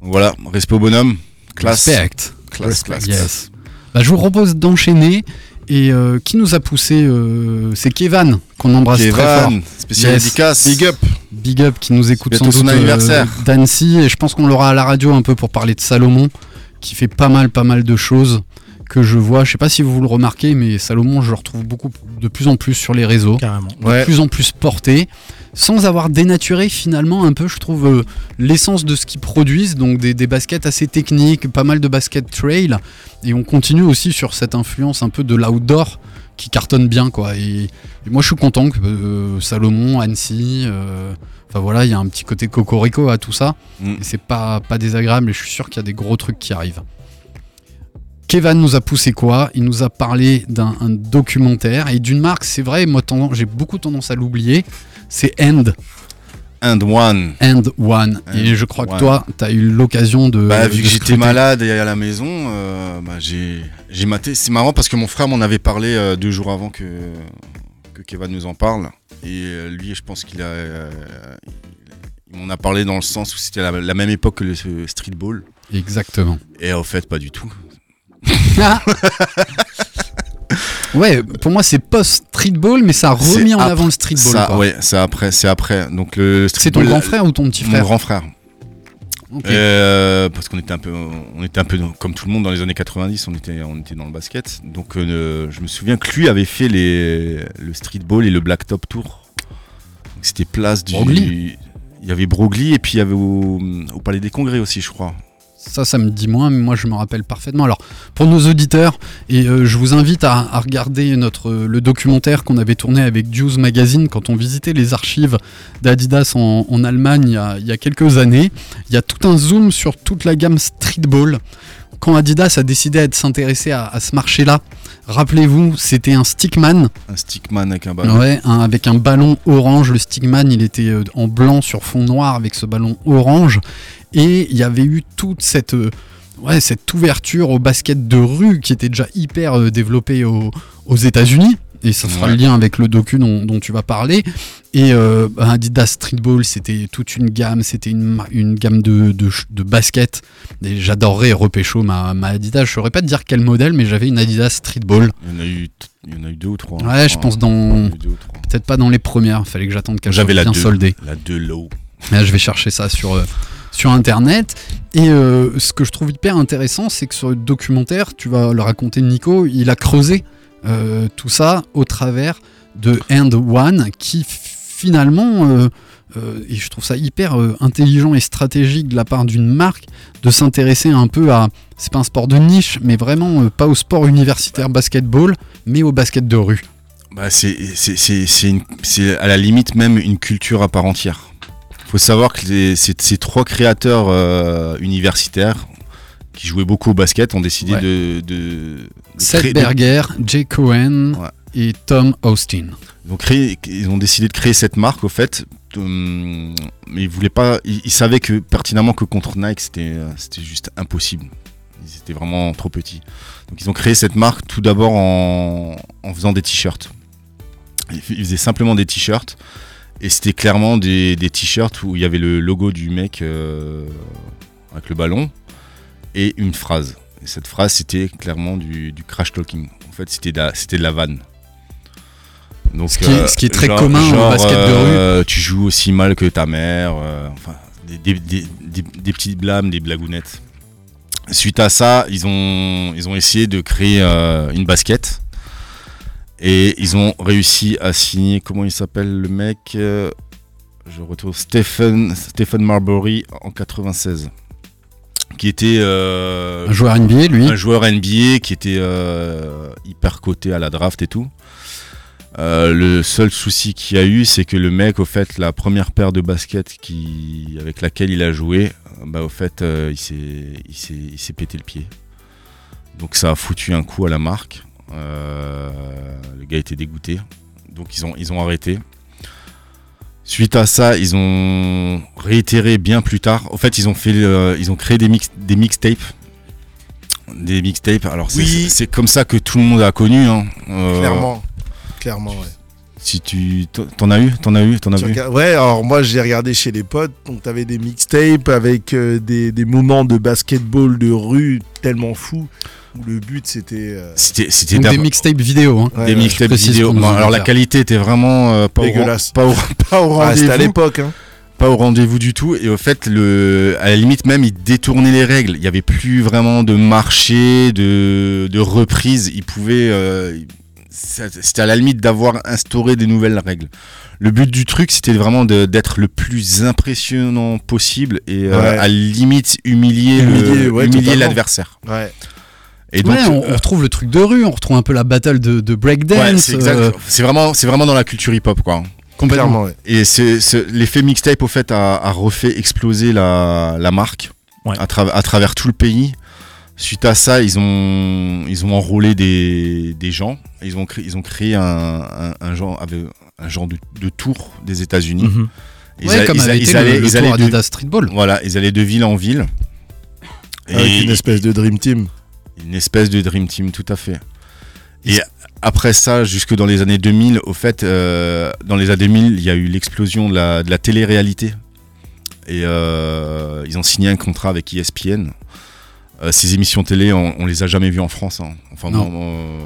Speaker 7: Voilà, respect au bonhomme. Classe.
Speaker 1: Respect.
Speaker 7: Classe, classe,
Speaker 1: Yes. Bah, je vous propose d'enchaîner. Et euh, qui nous a poussé euh, C'est Kevin, qu'on embrasse hein. très fort.
Speaker 7: Kevin, spécial
Speaker 1: Yes.
Speaker 7: dédicace.
Speaker 8: Big up.
Speaker 1: Big up qui nous écoute
Speaker 7: Bientôt
Speaker 1: sans
Speaker 7: son
Speaker 1: doute euh,
Speaker 7: anniversaire.
Speaker 1: d'Annecy et je pense qu'on l'aura à la radio un peu pour parler de Salomon qui fait pas mal pas mal de choses que je vois. Je sais pas si vous le remarquez mais Salomon je le retrouve beaucoup de plus en plus sur les réseaux,
Speaker 6: Carrément.
Speaker 1: de plus en plus porté sans avoir dénaturé finalement un peu je trouve euh, l'essence de ce qu'ils produisent donc des, des baskets assez techniques, pas mal de baskets trail et on continue aussi sur cette influence un peu de l'outdoor qui cartonne bien quoi et, et moi je suis content que euh, Salomon, Annecy, euh, enfin voilà il y a un petit côté cocorico à tout ça
Speaker 7: Mm.
Speaker 1: et c'est pas, pas désagréable et je suis sûr qu'il y a des gros trucs qui arrivent. Kevin nous a poussé quoi Il nous a parlé d'un un documentaire et d'une marque, c'est vrai, moi tendance- j'ai beaucoup tendance à l'oublier, c'est End,
Speaker 7: And one.
Speaker 1: End One.
Speaker 7: End
Speaker 1: et je crois que
Speaker 7: One.
Speaker 1: toi, t'as eu l'occasion de...
Speaker 7: Bah, vu
Speaker 1: de
Speaker 7: que j'étais
Speaker 1: scruter.
Speaker 7: malade et à la maison, euh, bah, j'ai j'ai maté. C'est marrant parce que mon frère m'en avait parlé euh, deux jours avant que, que Kevin nous en parle. Et euh, lui, je pense qu'il a. euh, il m'en a parlé dans le sens où c'était la, la même époque que le ce streetball.
Speaker 1: Exactement.
Speaker 7: Et en fait, pas du tout.
Speaker 1: Ouais, pour moi c'est post-streetball, mais ça a
Speaker 7: C'est
Speaker 1: remis en
Speaker 7: après-
Speaker 1: avant le streetball.
Speaker 7: Ça,
Speaker 1: quoi.
Speaker 7: ouais, c'est après, c'est après. Donc le
Speaker 1: C'est ton
Speaker 7: streetball-
Speaker 1: grand frère ou ton petit
Speaker 7: Mon
Speaker 1: frère
Speaker 7: grand frère.
Speaker 1: Ok.
Speaker 7: Euh, parce qu'on était un peu, on était un peu dans- comme tout le monde dans les années 90, on était, on était dans le basket. Donc euh, je me souviens que lui avait fait les, le streetball et le blacktop tour. Donc, C'était place du.
Speaker 1: Broglie.
Speaker 7: Il y avait Broglie et puis il y avait au, au Palais des Congrès aussi, je crois.
Speaker 1: Ça, ça me dit moins, mais moi je me rappelle parfaitement. Alors, pour nos auditeurs, et euh, je vous invite à, à regarder notre, euh, le documentaire qu'on avait tourné avec Juice Magazine quand on visitait les archives d'Adidas en, en Allemagne il y, a, il y a quelques années. Il y a tout un zoom sur toute la gamme streetball. Quand Adidas a décidé de s'intéresser à, à ce marché-là, rappelez-vous, c'était un stickman,
Speaker 7: Un stickman avec un ballon.
Speaker 1: ouais, un- avec un ballon orange. Le stickman, il était euh, en blanc sur fond noir avec ce ballon orange. Et il y avait eu toute cette, euh, ouais, cette ouverture au basket de rue qui était déjà hyper euh, développée au- aux États-Unis. Et ça fera
Speaker 7: Ouais.
Speaker 1: le lien avec le docu dont, dont tu vas parler. Et euh, bah, Adidas Streetball, c'était toute une gamme, c'était une, ma- une gamme de, de, ch- de baskets. Et j'adorerais repécho ma, ma Adidas. Je saurais pas te dire quel modèle, mais j'avais une Adidas Streetball.
Speaker 7: Il y en a eu, t- il y en a eu deux ou trois. hein,
Speaker 1: Ouais, je
Speaker 7: crois.
Speaker 1: pense
Speaker 7: Il y en
Speaker 1: dans,
Speaker 7: a eu deux ou trois.
Speaker 1: Peut-être pas dans les premières, fallait que j'attende qu'elle soit
Speaker 7: J'avais la
Speaker 1: bien
Speaker 7: deux.
Speaker 1: soldée.
Speaker 7: La deux low.
Speaker 1: Là, je vais chercher ça sur, euh, sur internet. Et euh, ce que je trouve hyper intéressant, c'est que sur le documentaire, tu vas le raconter Nico, il a creusé euh, tout ça au travers de End One qui finalement, euh, euh, et je trouve ça hyper euh, intelligent et stratégique de la part d'une marque, de s'intéresser un peu à, c'est pas un sport de niche, mais vraiment euh, pas au sport universitaire basketball, mais au basket de rue.
Speaker 7: Bah, c'est- c'est- c'est c'est une- c'est à la limite même une culture à part entière. faut savoir que les- ces, ces trois créateurs euh, universitaires qui jouaient beaucoup au basket ont décidé
Speaker 1: Ouais.
Speaker 7: de, de, de
Speaker 1: Seth
Speaker 7: créer- de-
Speaker 1: Berger, Jay Cohen
Speaker 7: Ouais. Euh,
Speaker 1: et Tom Austin.
Speaker 7: ils ont créé- ils ont décidé de créer cette marque au fait. Hum, Mais ils voulaient pas. Ils, ils savaient que pertinemment que contre Nike c'était euh, c'était juste impossible. Ils étaient vraiment trop petits. Donc ils ont créé cette marque tout d'abord en, en faisant des t-shirts. Ils f- ils faisaient simplement des t-shirts. Et c'était clairement des, des t-shirts où il y avait le logo du mec euh, avec le ballon et une phrase. Et cette phrase, c'était clairement du, du crash talking. En fait, c'était de, la- c'était de la vanne. Donc,
Speaker 1: Ce qui est- ce qui est très commun au basket de rue.
Speaker 7: euh, tu joues aussi mal que ta mère. euh, enfin, des, des- des- des- des petits blâmes, des blagounettes. Suite à ça, ils ont, ils ont essayé de créer euh, une basket. Et ils ont réussi à signer, comment il s'appelle le mec euh, Je retrouve Stephen, Stephen Marbury en 96. Qui était. euh,
Speaker 1: Un joueur NBA, lui,
Speaker 7: un joueur NBA qui était euh, hyper coté à la draft et tout. Euh, le seul souci qu'il y a eu, c'est que le mec, au fait, la première paire de baskets qui, avec laquelle il a joué, euh, bah, au fait, euh, il s'est- il s'est il s'est pété le pied. Donc ça a foutu un coup à la marque. Euh, le gars était dégoûté. Donc ils ont, ils ont arrêté. Suite à ça, ils ont réitéré bien plus tard. En fait, ils ont, fait, euh, ils ont créé des, mix, des mixtapes. Des mixtapes. Alors c'est-
Speaker 8: Oui.
Speaker 7: c'est comme ça que tout le monde a connu. hein. Euh,
Speaker 8: Clairement. Clairement, ouais.
Speaker 7: si tu t'en as eu, t'en as eu, t'en as
Speaker 8: Tu
Speaker 7: vu.
Speaker 8: regardes- Ouais, alors moi j'ai regardé chez les potes, donc t'avais des mixtapes avec euh, des, des moments de basketball de rue tellement fous où le but c'était. euh,
Speaker 7: C'était c'était
Speaker 1: donc
Speaker 7: d'av-
Speaker 1: des mixtapes vidéo. hein.
Speaker 8: ouais,
Speaker 7: des
Speaker 8: ouais,
Speaker 7: mixtapes
Speaker 1: précise
Speaker 7: vidéo.
Speaker 1: pour nos
Speaker 7: Bon, alors la
Speaker 1: auditeurs.
Speaker 7: qualité était vraiment euh, pas, au,
Speaker 8: Dégueulasse.
Speaker 7: pas au- pas au
Speaker 8: Ah, c'était à
Speaker 7: rendez-vous.
Speaker 8: l'époque, hein.
Speaker 7: pas au rendez-vous du tout. Et au fait, le, à la limite même, ils détournaient les règles. Il n'y avait plus vraiment de marché, de, de reprise. Ils pouvaient... euh, ça- c'était à la limite d'avoir instauré des nouvelles règles. Le but du truc, c'était vraiment de- d'être le plus impressionnant possible et euh,
Speaker 8: Ouais.
Speaker 7: à la limite humilier
Speaker 8: Humilier,
Speaker 7: le-
Speaker 8: ouais,
Speaker 7: humilier
Speaker 8: totalement.
Speaker 7: l'adversaire.
Speaker 8: Ouais.
Speaker 7: Et
Speaker 1: ouais, on, on retrouve le truc de rue, on retrouve un peu la battle de, de
Speaker 7: Ouais,
Speaker 1: breakdance.
Speaker 7: c'est exact.
Speaker 1: euh,
Speaker 7: C'est vraiment, c'est vraiment dans la culture hip-hop, quoi.
Speaker 1: complètement.
Speaker 8: Clairement, ouais.
Speaker 7: Et c'est- c'est- l'effet mixtape, au fait, a, a refait exploser la, la marque
Speaker 6: Ouais.
Speaker 7: à, tra- à travers tout le pays. Suite à ça, ils ont, ils ont enrôlé des, des gens. Ils ont créé, ils ont créé un, un, un genre, avec- un genre de, de tour des États-Unis.
Speaker 6: Mhm.
Speaker 7: Ils
Speaker 1: Ouais,
Speaker 7: a-
Speaker 1: comme
Speaker 7: ils a-
Speaker 1: avait
Speaker 7: ils
Speaker 1: été le-
Speaker 7: allaient-
Speaker 1: le,
Speaker 7: ils
Speaker 1: tour
Speaker 7: allaient de-
Speaker 1: Adidas Streetball.
Speaker 7: Voilà, ils allaient de ville en ville.
Speaker 8: Avec une
Speaker 7: Et-
Speaker 8: espèce de Dream Team.
Speaker 7: une espèce de Dream Team, tout à fait.
Speaker 6: Ils-
Speaker 7: Et après ça, jusque dans les années 2000, au fait, euh, dans les années 2000, il y a eu l'explosion de la, de la télé-réalité. Et euh, ils ont signé un contrat avec E ESPN. Euh, ces émissions télé, on, on les a jamais vues en France. hein. Enfin,
Speaker 1: Non.
Speaker 7: bon, euh,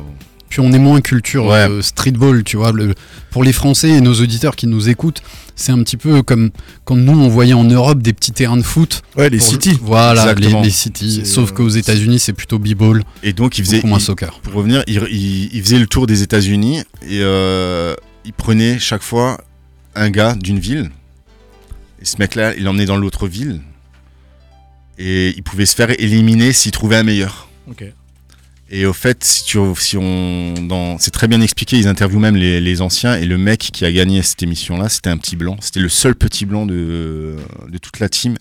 Speaker 1: Puis on est moins culture
Speaker 7: Ouais.
Speaker 1: euh, streetball, tu vois. le- pour les Français et nos auditeurs qui nous écoutent, c'est un petit peu comme quand nous on voyait en Europe des petits terrains de foot.
Speaker 8: Ouais, les
Speaker 1: Pour-
Speaker 8: City.
Speaker 1: Voilà, les,
Speaker 7: Exactement.
Speaker 1: les City.
Speaker 8: C'est,
Speaker 1: Sauf
Speaker 8: euh,
Speaker 1: qu'aux
Speaker 8: c'est-
Speaker 1: États-Unis, c'est plutôt b-ball,
Speaker 7: et donc, ils faisaient,
Speaker 1: beaucoup moins
Speaker 7: ils-
Speaker 1: soccer.
Speaker 7: pour revenir, il, il- il faisait le tour des États-Unis et euh, il prenait chaque fois un gars d'une ville. Et ce mec-là, il l'emmenait dans l'autre ville. Et il pouvait se faire éliminer s'il trouvait un meilleur.
Speaker 6: Ok.
Speaker 7: Et au fait, si tu, si on, dans, c'est très bien expliqué, ils interviewent même les, les anciens. Et le mec qui a gagné cette émission-là, c'était un petit blanc. C'était le seul petit blanc de, de toute la team.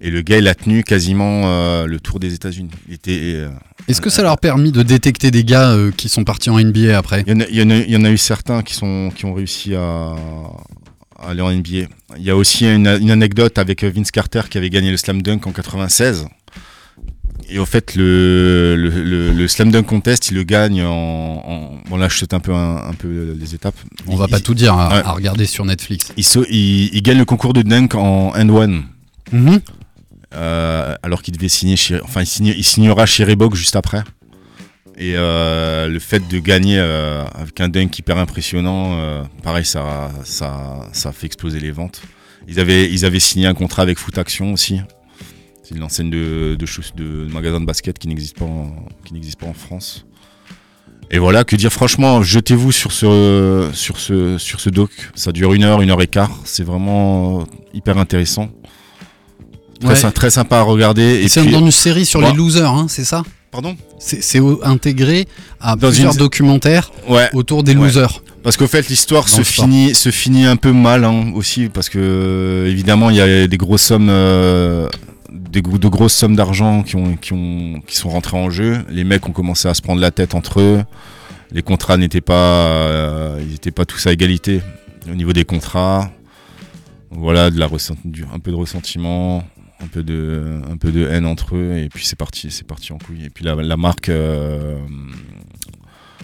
Speaker 7: Et le gars, il a tenu quasiment euh, le tour des États-Unis. Il était. euh,
Speaker 1: Est-ce que ça leur a permis de détecter des gars euh, qui sont partis en NBA après
Speaker 7: Il y, en a, il y en a- il y en a eu certains qui, sont, qui ont réussi à, à aller en NBA. Il y a aussi une, une anecdote avec Vince Carter qui avait gagné le slam dunk en 96. Et au fait, le, le, le- le slam dunk contest, il le gagne en. en- bon, là, je saute un peu, un, un peu les étapes.
Speaker 1: On va
Speaker 7: Il-
Speaker 1: pas tout dire à,
Speaker 7: Ouais.
Speaker 1: à regarder sur Netflix.
Speaker 7: Il, sau- il- il gagne le concours de dunk en end one.
Speaker 1: Mhm.
Speaker 7: Euh, alors qu'il devait signer chez, enfin il, signe- il signera chez Reebok juste après. Et euh, le fait de gagner euh, avec un dunk hyper impressionnant, euh, pareil, ça, ça, ça fait exploser les ventes. Ils avaient, ils avaient signé un contrat avec Foot Action aussi. C'est une enseigne de, de, chauss- de, de magasin de basket qui n'existe pas, en- qui n'existe pas en France. Et voilà, que dire franchement, jetez-vous sur ce, sur, ce, sur ce doc. Ça dure une heure, une heure et quart. C'est vraiment euh, hyper intéressant. Très,
Speaker 1: Ouais.
Speaker 7: sy- très sympa à regarder. Et
Speaker 1: C'est
Speaker 7: puis-
Speaker 1: dans une série sur les
Speaker 7: Moi-
Speaker 1: losers, hein, c'est ça
Speaker 7: Pardon
Speaker 1: C'est c'est au- intégré à
Speaker 7: Dans
Speaker 1: plusieurs
Speaker 7: une-
Speaker 1: documentaires
Speaker 7: Ouais,
Speaker 1: autour des
Speaker 7: Ouais.
Speaker 1: losers.
Speaker 7: parce qu'au fait, l'histoire
Speaker 1: Dans
Speaker 7: se
Speaker 1: le sport.
Speaker 7: finit, se finit un peu mal hein, aussi, parce que euh, évidemment, il y a des grosses sommes. euh, des gros- de grosses sommes d'argent qui, ont, qui, ont, qui sont rentrées en jeu. Les mecs ont commencé à se prendre la tête entre eux. Les contrats n'étaient pas, euh, ils n'étaient pas tous à égalité au niveau des contrats. Voilà, de la ressent- du- un peu de ressentiment, un peu de, un peu de haine entre eux, et puis c'est parti, c'est parti en couille. Et puis la, la marque, euh,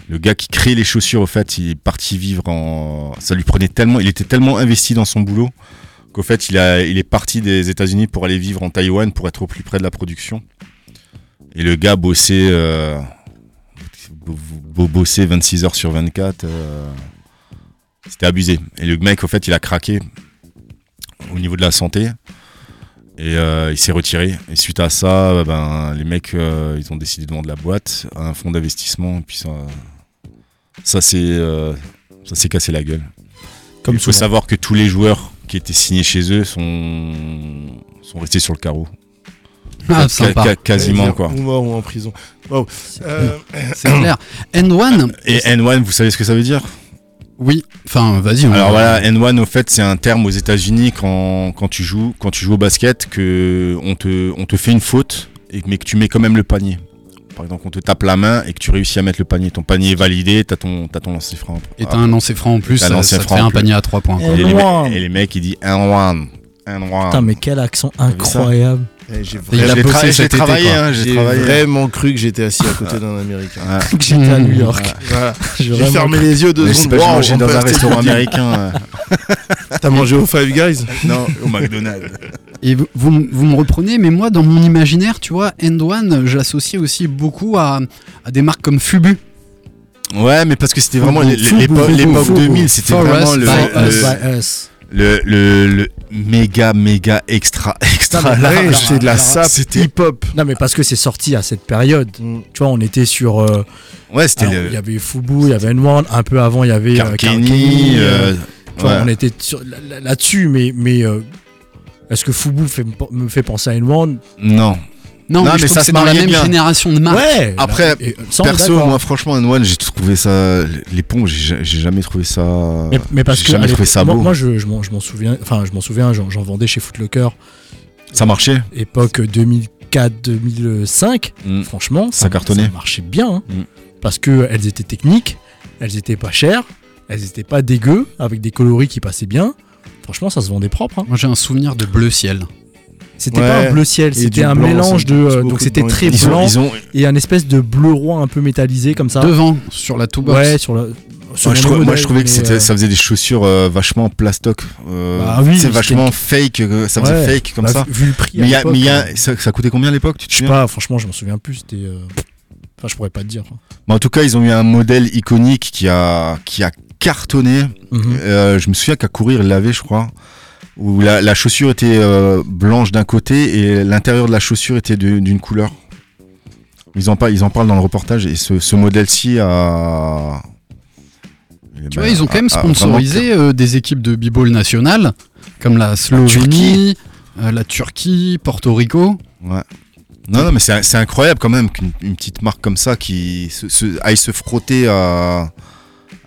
Speaker 7: le gars qui crée les chaussures, au fait, il est parti vivre en, ça lui prenait tellement, il était tellement investi dans son boulot qu'au fait, il a, il est parti des États-Unis pour aller vivre en Taïwan pour être au plus près de la production. Et le gars bossait. euh, beau, beau bosser 26 heures sur 24. euh, C'était abusé. Et le mec, au fait, il a craqué au niveau de la santé. Et euh, il s'est retiré. Et suite à ça, euh, ben, les mecs, euh, ils ont décidé de vendre la boîte à un fonds d'investissement. Et puis ça, ça s'est euh, ça s'est cassé la gueule.
Speaker 6: Comme
Speaker 7: il faut
Speaker 6: souvent.
Speaker 7: savoir que tous les joueurs qui étaient signés chez eux sont, sont restés sur le carreau.
Speaker 1: Ah,
Speaker 7: Ca-
Speaker 1: sympa.
Speaker 7: ca- quasiment,
Speaker 8: Dire,
Speaker 7: quoi.
Speaker 8: Ou mort ou en prison. Wow. Euh,
Speaker 1: C'est clair. N1
Speaker 7: Et N1, vous savez ce que ça veut dire
Speaker 1: Oui. Enfin, vas-y. on-
Speaker 7: Alors voilà, N1 au fait c'est un terme aux États-Unis quand, quand tu joues quand tu joues au basket que on te, on te fait une faute et mais que tu mets quand même le panier. Par exemple, on te tape la main et que tu réussis à mettre le panier. Ton panier est validé, t'as ton t'as ton lancer franc.
Speaker 1: Et t'as un lancer franc en plus,
Speaker 7: T'as un
Speaker 1: ça,
Speaker 7: lancer
Speaker 1: ça te
Speaker 7: franc
Speaker 1: fait
Speaker 7: en
Speaker 1: un
Speaker 7: plus.
Speaker 1: panier à 3 points. quoi.
Speaker 7: Et les,
Speaker 6: N1.
Speaker 7: mecs- et les mecs ils disent N1,
Speaker 9: Putain,
Speaker 7: N1.
Speaker 9: mais quel accent
Speaker 7: Ah. vu ça
Speaker 9: incroyable.
Speaker 8: eh, J'ai
Speaker 1: Il a
Speaker 7: J'ai
Speaker 1: bossé
Speaker 7: tra-
Speaker 1: cet
Speaker 7: j'ai
Speaker 1: été,
Speaker 7: travaillé,
Speaker 1: quoi.
Speaker 7: hein, j'ai
Speaker 8: j'ai
Speaker 7: travaillé.
Speaker 8: vraiment cru que j'étais assis à côté d'un Américain.
Speaker 7: Ouais.
Speaker 9: Que j'étais à New York.
Speaker 8: Voilà.
Speaker 9: J'ai
Speaker 7: Ah,
Speaker 8: J'ai
Speaker 9: vraiment-
Speaker 8: fermé les yeux deux
Speaker 7: Mais c'est
Speaker 8: secondes.
Speaker 7: pas que j'ai mangé
Speaker 8: Wow, on
Speaker 7: dans
Speaker 8: peut
Speaker 7: un
Speaker 8: rester-
Speaker 7: restaurant américain.
Speaker 8: Ah, T'as mangé au Five Guys
Speaker 7: non, au McDonald's.
Speaker 1: Et vous, vous m- vous me reprenez, mais moi, dans mon imaginaire, tu vois, End One, je l'associe aussi beaucoup à, à des marques comme Fubu.
Speaker 7: Ouais, mais parce que c'était vraiment
Speaker 1: Fubu,
Speaker 7: l'é-
Speaker 1: Fubu,
Speaker 7: l'époque
Speaker 1: Fubu,
Speaker 7: l'époque
Speaker 1: Fubu.
Speaker 7: 2000, c'était
Speaker 1: Forest
Speaker 7: vraiment le-
Speaker 1: by
Speaker 9: By
Speaker 7: le,
Speaker 9: us, by us.
Speaker 7: le, le, le méga, méga extra, extra
Speaker 9: Non, mais
Speaker 7: large.
Speaker 9: ouais,
Speaker 8: C'était de la
Speaker 9: alors,
Speaker 8: sape
Speaker 7: c'était-
Speaker 8: hip-hop.
Speaker 9: Non, mais parce que c'est sorti à cette période.
Speaker 8: Mm.
Speaker 9: Tu vois, on était sur. euh,
Speaker 7: Ouais, c'était
Speaker 9: alors,
Speaker 7: le
Speaker 9: Il y avait Fubu, il y avait N1, un peu avant, il y avait. euh,
Speaker 7: Carcani.
Speaker 9: Carcani,
Speaker 7: euh,
Speaker 9: Tu vois,
Speaker 7: ouais.
Speaker 9: on était sur- là- là- là-dessus, mais, mais euh, est-ce que Fubu fait- me fait penser à N1
Speaker 7: Non.
Speaker 1: Non,
Speaker 7: Non,
Speaker 1: mais, je
Speaker 7: mais
Speaker 1: trouve
Speaker 7: ça
Speaker 1: que c'est
Speaker 7: se
Speaker 1: dans la
Speaker 7: mariait
Speaker 1: même
Speaker 7: bien.
Speaker 1: génération de marques.
Speaker 9: Ouais
Speaker 7: Après,
Speaker 9: et, euh, ça, on est
Speaker 7: Perso,
Speaker 9: d'accord.
Speaker 7: moi, franchement, N1, j'ai trouvé ça. Les pompes, j'ai j'ai jamais trouvé ça.
Speaker 9: Mais, mais parce
Speaker 7: j'ai
Speaker 9: que
Speaker 7: jamais
Speaker 9: à
Speaker 7: trouvé
Speaker 9: l'époque-
Speaker 7: ça
Speaker 9: moi,
Speaker 7: beau.
Speaker 9: moi, je, je m'en je m'en souviens, enfin je m'en souviens, j'en j'en vendais chez Footlocker,
Speaker 7: Ça marchait.
Speaker 9: époque 2004-2005.
Speaker 7: Mm.
Speaker 9: Franchement,
Speaker 7: Ça cartonnait.
Speaker 9: Ça marchait bien, hein.
Speaker 7: Mm.
Speaker 9: parce que elles étaient techniques, elles étaient pas chères, elles étaient pas dégueu, avec des coloris qui passaient bien. Franchement, ça se vendait propre. hein.
Speaker 1: Moi, j'ai un souvenir de Bleu Ciel.
Speaker 9: C'était
Speaker 8: Ouais.
Speaker 9: pas un bleu ciel,
Speaker 8: Et
Speaker 9: c'était
Speaker 8: du
Speaker 9: un
Speaker 8: blanc,
Speaker 9: mélange
Speaker 8: ça
Speaker 9: de,
Speaker 8: pousse
Speaker 9: euh,
Speaker 8: beaucoup
Speaker 9: donc c'était
Speaker 8: dedans et
Speaker 9: très
Speaker 8: tout.
Speaker 7: Ils ont,
Speaker 9: blanc
Speaker 7: ils ont-
Speaker 9: et un espèce de bleu roi un peu métallisé comme ça.
Speaker 1: Devant, sur la Toolbox.
Speaker 9: Ouais, sur le. sur le
Speaker 7: moi, je
Speaker 9: même
Speaker 7: trouvais, moi,
Speaker 9: modèle,
Speaker 7: je trouvais que
Speaker 9: mais,
Speaker 7: c'était-
Speaker 9: euh,
Speaker 7: ça faisait des chaussures euh, vachement en plastoc. Euh,
Speaker 9: Bah oui,
Speaker 7: c'est
Speaker 9: c'était-
Speaker 7: vachement fake. euh, Ça faisait
Speaker 9: Ouais.
Speaker 7: fake comme
Speaker 9: bah,
Speaker 7: ça.
Speaker 9: vu- Vu le prix. à
Speaker 7: Mais, il y a-
Speaker 9: l'époque,
Speaker 7: mais il y a-
Speaker 9: euh,
Speaker 7: ça, ça coûtait combien à l'époque tu te
Speaker 9: Je sais
Speaker 7: souviens
Speaker 9: pas, franchement, je m'en souviens plus. C'était. euh, Enfin, je pourrais pas te dire.
Speaker 7: Bon, En tout cas, ils ont eu un modèle iconique qui a, qui a cartonné.
Speaker 1: Mhm.
Speaker 9: Mhm.
Speaker 7: Euh, je me souviens qu'à courir, il l'avait, je crois. Où la, la chaussure était euh, blanche d'un côté et l'intérieur de la chaussure était de- d'une couleur. Ils en, parlent, ils en parlent dans le reportage et ce, ce modèle-ci a. eh ben,
Speaker 1: Tu vois, ils ont quand
Speaker 7: Ah,
Speaker 1: même sponsorisé euh, des équipes de b-ball nationales, comme la Slovénie,
Speaker 7: Turquie.
Speaker 1: euh, la Turquie, Porto Rico.
Speaker 7: Non, non, mais c'est c'est incroyable quand même qu'une une petite marque comme ça qui se, se- aille se frotter à,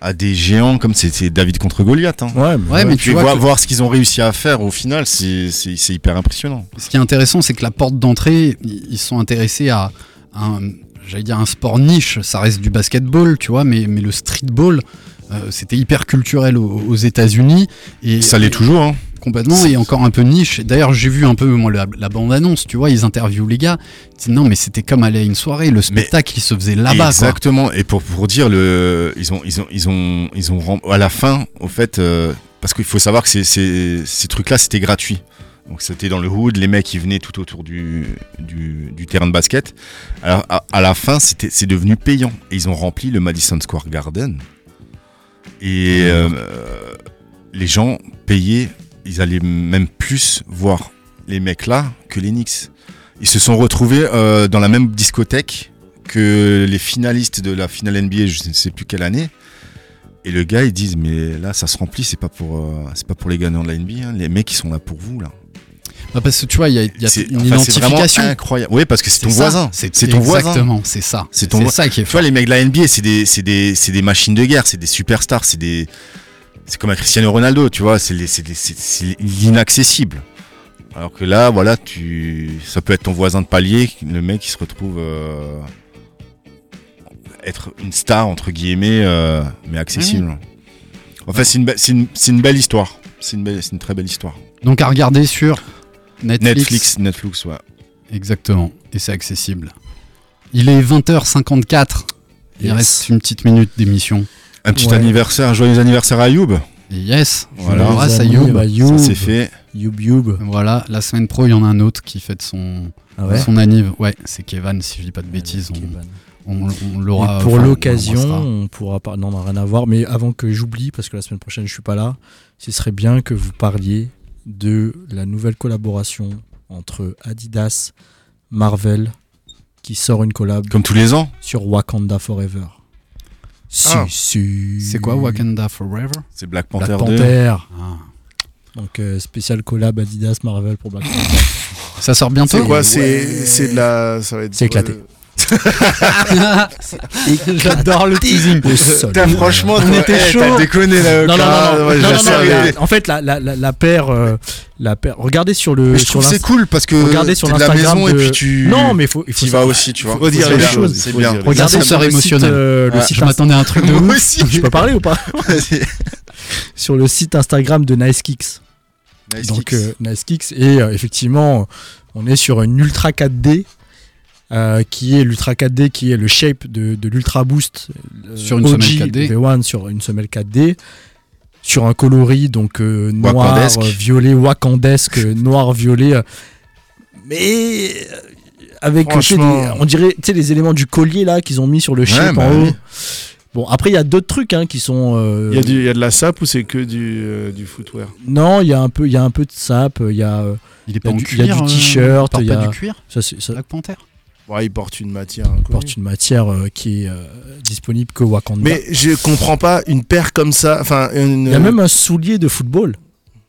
Speaker 7: à des géants comme c'était David contre Goliath. hein.
Speaker 9: Ouais,
Speaker 1: Ouais, mais tu
Speaker 7: Et
Speaker 1: vois,
Speaker 7: voir,
Speaker 1: que-
Speaker 7: voir ce qu'ils ont réussi à faire au final, c'est c'est- c'est hyper impressionnant.
Speaker 1: ce qui est intéressant, c'est que la porte d'entrée, ils ils sont intéressés à un, j'allais dire un sport niche. Ça reste du basketball, tu vois, mais, mais le streetball, euh, c'était hyper culturel aux, aux États-Unis. Et
Speaker 7: ça l'est toujours. Hein.
Speaker 1: Complètement, et encore un peu niche. D'ailleurs, j'ai vu un peu moi, la, la bande-annonce, tu vois, ils interviewent les gars. Ils disent, non, mais c'était comme aller à une soirée, le spectacle, il se faisait là-bas. quoi.
Speaker 7: Exactement. Et pour, pour dire le, ils ont ils ont ils ont ils ont rem- à la fin au fait euh, parce qu'il faut savoir que ces ces, ces trucs là c'était gratuit. Donc c'était dans le hood, les mecs ils venaient tout autour du du, du terrain de basket. Alors à, à la fin c'était c'est devenu payant et ils ont rempli le Madison Square Garden et
Speaker 1: Ah
Speaker 7: euh, les gens payaient, ils allaient même plus voir les mecs là que les Knicks. Ils se sont retrouvés euh, dans la même discothèque que les finalistes de la finale NBA, je ne sais plus quelle année. Et le gars, ils disent mais là, ça se remplit, c'est pas pour, euh, c'est pas pour les gagnants de la NBA. hein. Les mecs, ils sont là pour vous là.
Speaker 1: Bah, parce que tu vois, il y a, il y a
Speaker 7: C'est-
Speaker 1: une
Speaker 7: enfin, c'est vraiment
Speaker 1: identification.
Speaker 7: incroyable. Oui, parce que c'est ton
Speaker 1: ça.
Speaker 7: voisin. C'est ton voisin.
Speaker 1: Exactement, c'est ça.
Speaker 7: C'est ton voisin.
Speaker 1: ça qui est
Speaker 7: Tu
Speaker 1: fort.
Speaker 7: vois, les mecs de la NBA, c'est des, c'est des, c'est des machines de guerre, c'est des superstars, c'est des, c'est comme un Cristiano Ronaldo, tu vois, c'est les- c'est des- c'est- c'est l'inaccessible. Alors que là, voilà, tu, ça peut être ton voisin de palier, le mec qui se retrouve euh, être une star entre guillemets, euh, mais accessible. Enfin, c'est une, be- c'est une, c'est une belle histoire. C'est une, belle- c'est une très belle histoire.
Speaker 1: Donc à regarder sur Netflix.
Speaker 7: Netflix, Netflix, ouais.
Speaker 1: Exactement, et c'est accessible. Il est 20h54. Il
Speaker 9: Yes.
Speaker 1: reste une petite minute d'émission.
Speaker 7: Un petit
Speaker 9: Ouais.
Speaker 7: anniversaire, un joyeux anniversaire à Youb.
Speaker 1: Et Yes, je
Speaker 7: Voilà.
Speaker 1: l'embrasse à Youb.
Speaker 6: bah,
Speaker 7: Ça c'est fait.
Speaker 9: Youb Youb.
Speaker 1: Voilà, la semaine pro, il y en a un autre qui fête son,
Speaker 9: Ah ouais.
Speaker 1: son anniv. Ouais, c'est Kevan, si je dis pas de bêtises. on-
Speaker 9: Kevin.
Speaker 1: On, on
Speaker 6: Et
Speaker 1: l'aura.
Speaker 6: pour
Speaker 1: enfin, on
Speaker 6: l'occasion,
Speaker 1: l'embrassera.
Speaker 6: on pourra pas. Non, on n'a rien à voir. Mais avant que j'oublie, parce que la semaine prochaine je suis pas là, ce serait bien que vous parliez de la nouvelle collaboration entre Adidas, Marvel, qui sort une collab
Speaker 7: Comme tous les ans.
Speaker 6: sur Wakanda Forever. Si,
Speaker 8: Ah.
Speaker 6: si.
Speaker 1: C'est quoi Wakanda Forever
Speaker 7: C'est Black
Speaker 6: Black
Speaker 7: Panther 2.
Speaker 6: Panther.
Speaker 1: Ah.
Speaker 6: Donc euh, spécial collab Adidas Marvel pour Black Panther.
Speaker 1: Ça sort bientôt
Speaker 8: C'est quoi C'est c'est de la. ça va être- euh,
Speaker 6: C'est éclaté.
Speaker 1: J'adore le teasing.
Speaker 6: Le sol.
Speaker 7: Euh, T'as franchement, toi,
Speaker 1: était
Speaker 7: eh,
Speaker 1: chaud.
Speaker 7: T'as déconné là.
Speaker 6: Non, non,
Speaker 7: Oka.
Speaker 6: non, non,
Speaker 7: Ouais, je
Speaker 6: non,
Speaker 7: la
Speaker 6: non, non,
Speaker 7: savais.
Speaker 6: la- en fait, la, la, la, la paire, euh, la paire. Regardez sur le.
Speaker 7: Mais je
Speaker 6: sur
Speaker 7: trouve c'est
Speaker 6: l'Insta-
Speaker 7: cool parce que
Speaker 6: Regardez sur
Speaker 7: t'es de la
Speaker 6: l'Instagram
Speaker 7: maison et
Speaker 6: de-
Speaker 7: puis tu.
Speaker 6: Non, mais faut, il faut
Speaker 7: t'y vas aussi, tu vois.
Speaker 8: faut dire
Speaker 7: C'est
Speaker 8: les
Speaker 7: bien,
Speaker 8: choses,
Speaker 7: C'est
Speaker 8: faut
Speaker 7: bien.
Speaker 8: dire les
Speaker 6: Regardez
Speaker 1: L'ascenseur
Speaker 6: sur le
Speaker 1: émotionnel.
Speaker 6: site, euh, le
Speaker 7: Ouais.
Speaker 6: site
Speaker 1: Je m'attendais à un truc de
Speaker 7: Moi
Speaker 1: ouf.
Speaker 7: aussi.
Speaker 6: Je peux parler ou pas
Speaker 7: Vas-y.
Speaker 6: Sur le site Instagram de Nice Kicks.
Speaker 7: Nice
Speaker 6: Donc
Speaker 7: kicks.
Speaker 6: euh, Nice Kicks. Et euh, effectivement, on est sur une Ultra 4D. euh, qui est l'Ultra 4D, qui est le shape de, de l'Ultra Boost euh,
Speaker 1: Sur une
Speaker 6: OG
Speaker 1: semelle 4D.
Speaker 6: V1 sur une semelle 4D, sur un coloris donc euh, noir,
Speaker 7: Wakandesque.
Speaker 6: euh, violet, wakandesque, euh, noir, violet, euh, mais euh, avec euh, tu sais,
Speaker 8: Franchement.
Speaker 6: des- on dirait tu sais, les éléments du collier là qu'ils ont mis sur le shape
Speaker 7: bah
Speaker 6: en haut.
Speaker 7: oui.
Speaker 6: Bon après il y a d'autres trucs hein, qui sont euh,
Speaker 8: Il y, a du- il y a de la sape ou c'est que du, euh, du footwear
Speaker 6: non il y a un peu il y a un peu de sap, il y a euh,
Speaker 1: Il est
Speaker 6: Il y
Speaker 1: pas
Speaker 6: a
Speaker 1: en
Speaker 6: du- il y a
Speaker 1: cuir.
Speaker 6: du
Speaker 1: euh,
Speaker 6: t-shirt,
Speaker 1: il
Speaker 6: il y
Speaker 1: porte pas
Speaker 6: a-
Speaker 1: du cuir.
Speaker 6: ça c'est ça
Speaker 1: Black Panther.
Speaker 8: Ouais, il porte une matière. hein, inconnue.
Speaker 6: porte une matière euh, qui est euh, disponible que Wakanda.
Speaker 8: Mais euh, je comprends pas une paire comme ça. Enfin, une.
Speaker 6: il y a même un soulier de football.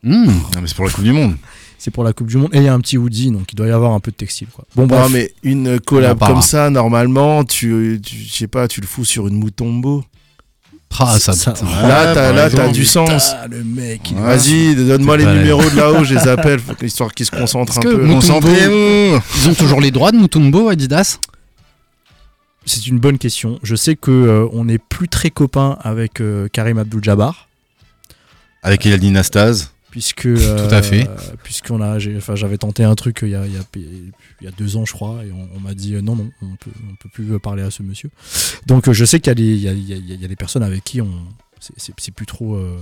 Speaker 1: Hmm.
Speaker 7: Non, mais c'est pour la Coupe du Monde.
Speaker 6: C'est pour la Coupe du Monde. Et il y a un petit hoodie, donc il doit y avoir un peu de textile. Quoi. Bon,
Speaker 8: Non,
Speaker 6: bref.
Speaker 8: mais une collab
Speaker 1: On en parlera.
Speaker 8: comme ça, normalement, tu, tu- je sais pas, tu le fous sur une moutombo.
Speaker 1: Ah, ça.
Speaker 6: Ça-
Speaker 1: putain.
Speaker 7: Ouais,
Speaker 8: Là,
Speaker 7: par
Speaker 8: t'as, là, t'as
Speaker 7: exemple.
Speaker 8: du sens.
Speaker 6: Ah, le mec, il est-
Speaker 8: Vas-y, donne-moi
Speaker 1: C'est
Speaker 8: les
Speaker 1: pas la-
Speaker 8: numéros de là-haut, je les appelle, faut que- histoire qu'ils se concentrent
Speaker 1: Est-ce
Speaker 8: un
Speaker 1: que
Speaker 8: peu.
Speaker 1: Mutombo-
Speaker 7: On s'en prie.
Speaker 1: Ils ont toujours les droits de Mutombo, Adidas
Speaker 6: C'est une bonne question. Je sais que euh, on n'est plus très copains avec euh, Karim Abdul-Jabbar,
Speaker 7: Avec Eladine Nastase.
Speaker 6: puisque euh,
Speaker 1: Tout à fait.
Speaker 6: euh, Puisqu'on a, j'ai- enfin, j'avais tenté un truc euh, il y a, il y a- il y a deux ans, je crois, et on, on m'a dit euh, non, non, on peut, on peut plus euh, parler à ce monsieur. Donc euh, je sais qu'il y a des, il y a- il y a- il y a des personnes avec qui on, c'est- c'est c'est plus trop, euh,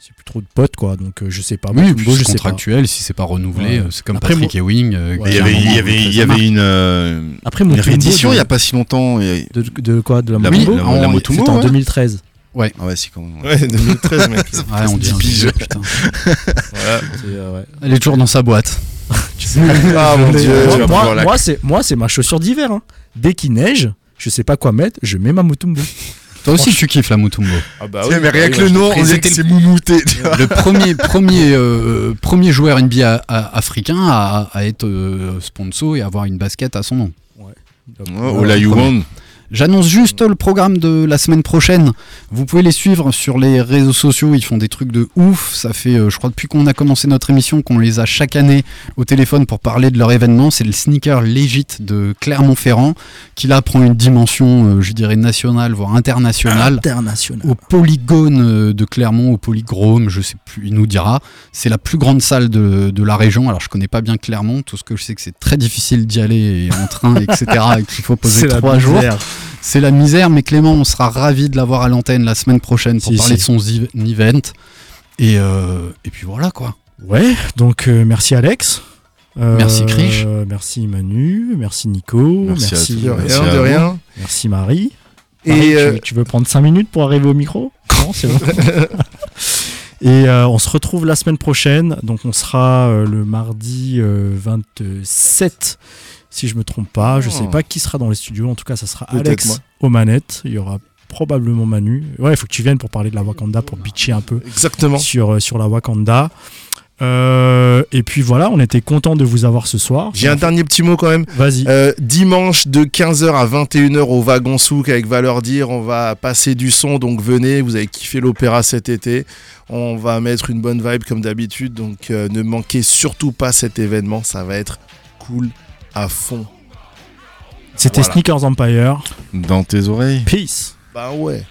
Speaker 6: c'est plus trop de potes, quoi. Donc euh, je sais pas.
Speaker 1: Ah Oui,
Speaker 6: Mutombo,
Speaker 1: puis c'est
Speaker 6: je sais pas.
Speaker 1: contractuel, si c'est pas renouvelé,
Speaker 6: Ouais.
Speaker 1: euh, c'est comme
Speaker 6: Après,
Speaker 1: Patrick Ewing. euh,
Speaker 6: Ouais.
Speaker 1: qui
Speaker 7: Il y
Speaker 1: à un
Speaker 7: avait, il
Speaker 1: moment
Speaker 7: y avait,
Speaker 1: voulait
Speaker 7: il y
Speaker 1: faire ça.
Speaker 7: avait une, euh,
Speaker 6: Après
Speaker 7: une
Speaker 6: Mutombo,
Speaker 7: réédition
Speaker 6: de-
Speaker 7: il n'y a pas si longtemps. et-
Speaker 6: de, de quoi De la
Speaker 7: La-
Speaker 6: Mutombo
Speaker 1: Oui, la-
Speaker 6: En-
Speaker 1: la
Speaker 6: C'était
Speaker 7: Mutombo,
Speaker 6: en
Speaker 7: ouais.
Speaker 6: 2013.
Speaker 7: Ah ouais, c'est quand même.
Speaker 8: Ouais, 2013, mec.
Speaker 1: Ouais, on dit un
Speaker 7: Dix
Speaker 1: vieux, putain.
Speaker 6: C'est, euh, ouais.
Speaker 1: Elle est toujours dans sa boîte.
Speaker 8: Ah mon dieu.
Speaker 7: tu
Speaker 6: euh, Moi, moi,
Speaker 7: vas pouvoir la-
Speaker 6: moi, c'est moi c'est ma chaussure d'hiver. hein. Dès qu'il neige, je sais pas quoi mettre, je mets ma Mutombo.
Speaker 1: Toi aussi, tu kiffes la Mutombo.
Speaker 8: Ah bah
Speaker 7: Tiens, mais rien que le
Speaker 8: oui.
Speaker 7: nom, on dirait
Speaker 1: Présenter
Speaker 7: que
Speaker 1: le-
Speaker 7: c'est moumouté. tu vois.
Speaker 1: Le premier, premier, euh, premier joueur NBA a- africain à, à être euh, sponsor et avoir une basket à son nom.
Speaker 7: Oh, Ola Yuwon.
Speaker 1: J'annonce juste le programme de la semaine prochaine. Vous pouvez les suivre sur les réseaux sociaux. Ils font des trucs de ouf. Ça fait, euh, je crois, depuis qu'on a commencé notre émission, qu'on les a chaque année au téléphone pour parler de leur événement. C'est le sneaker légit de Clermont-Ferrand qui là prend une dimension, euh, je dirais, nationale, voire internationale.
Speaker 6: international.
Speaker 1: Au polygone euh, de Clermont, au polygrome, je sais plus, il nous dira. C'est la plus grande salle de, de la région. Alors je connais pas bien Clermont, tout ce que je sais que c'est très difficile d'y aller et en train, etc. et qu'il faut poser trois jours. C'est la misère, mais Clément, on sera ravi de l'avoir à l'antenne la semaine prochaine pour
Speaker 6: Si,
Speaker 1: parler
Speaker 6: si.
Speaker 1: de son ziv- event. Et, euh, et puis voilà quoi.
Speaker 6: Ouais, donc euh, merci Alex. Euh,
Speaker 1: Merci, Krish.
Speaker 6: Merci Manu, merci Nico,
Speaker 7: Merci à
Speaker 6: merci,
Speaker 7: tous.
Speaker 8: De
Speaker 6: merci,
Speaker 7: Merci
Speaker 8: rien,
Speaker 7: à
Speaker 8: de
Speaker 7: vous.
Speaker 8: rien.
Speaker 6: Marie. Marie,
Speaker 8: Et
Speaker 6: tu-
Speaker 8: euh,
Speaker 6: Ah tu, veux prendre 5 minutes pour arriver au micro Non, c'est bon. Et euh, on se retrouve la semaine prochaine. Donc on sera euh, le mardi euh, 27, si je me trompe pas. Je sais
Speaker 7: Oh.
Speaker 6: pas qui sera dans les studios. En tout cas, ça sera
Speaker 8: Peut-être moi.
Speaker 6: Alex aux manettes. Il y aura probablement Manu. Ouais, il faut que tu viennes pour parler de la Wakanda, pour bitcher un peu
Speaker 8: exactement.
Speaker 6: sur, euh, sur la Wakanda. Euh, et puis voilà, on était content de vous avoir ce soir.
Speaker 8: J'ai un dernier petit mot quand même.
Speaker 6: Vas-y.
Speaker 8: Euh, dimanche de 15h à 21h au Wagon Souk avec Valeur Dire, on va passer du son, donc venez, vous avez kiffé l'opéra cet été, on va mettre une bonne vibe comme d'habitude, donc euh, ne manquez surtout pas cet événement, ça va être cool à fond.
Speaker 6: C'était
Speaker 8: voilà.
Speaker 6: Sneakers Empire.
Speaker 7: Dans tes oreilles.
Speaker 6: Peace.
Speaker 8: Bah ouais.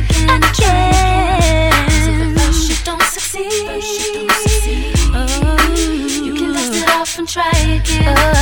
Speaker 10: Oh. Try again.
Speaker 5: Oh.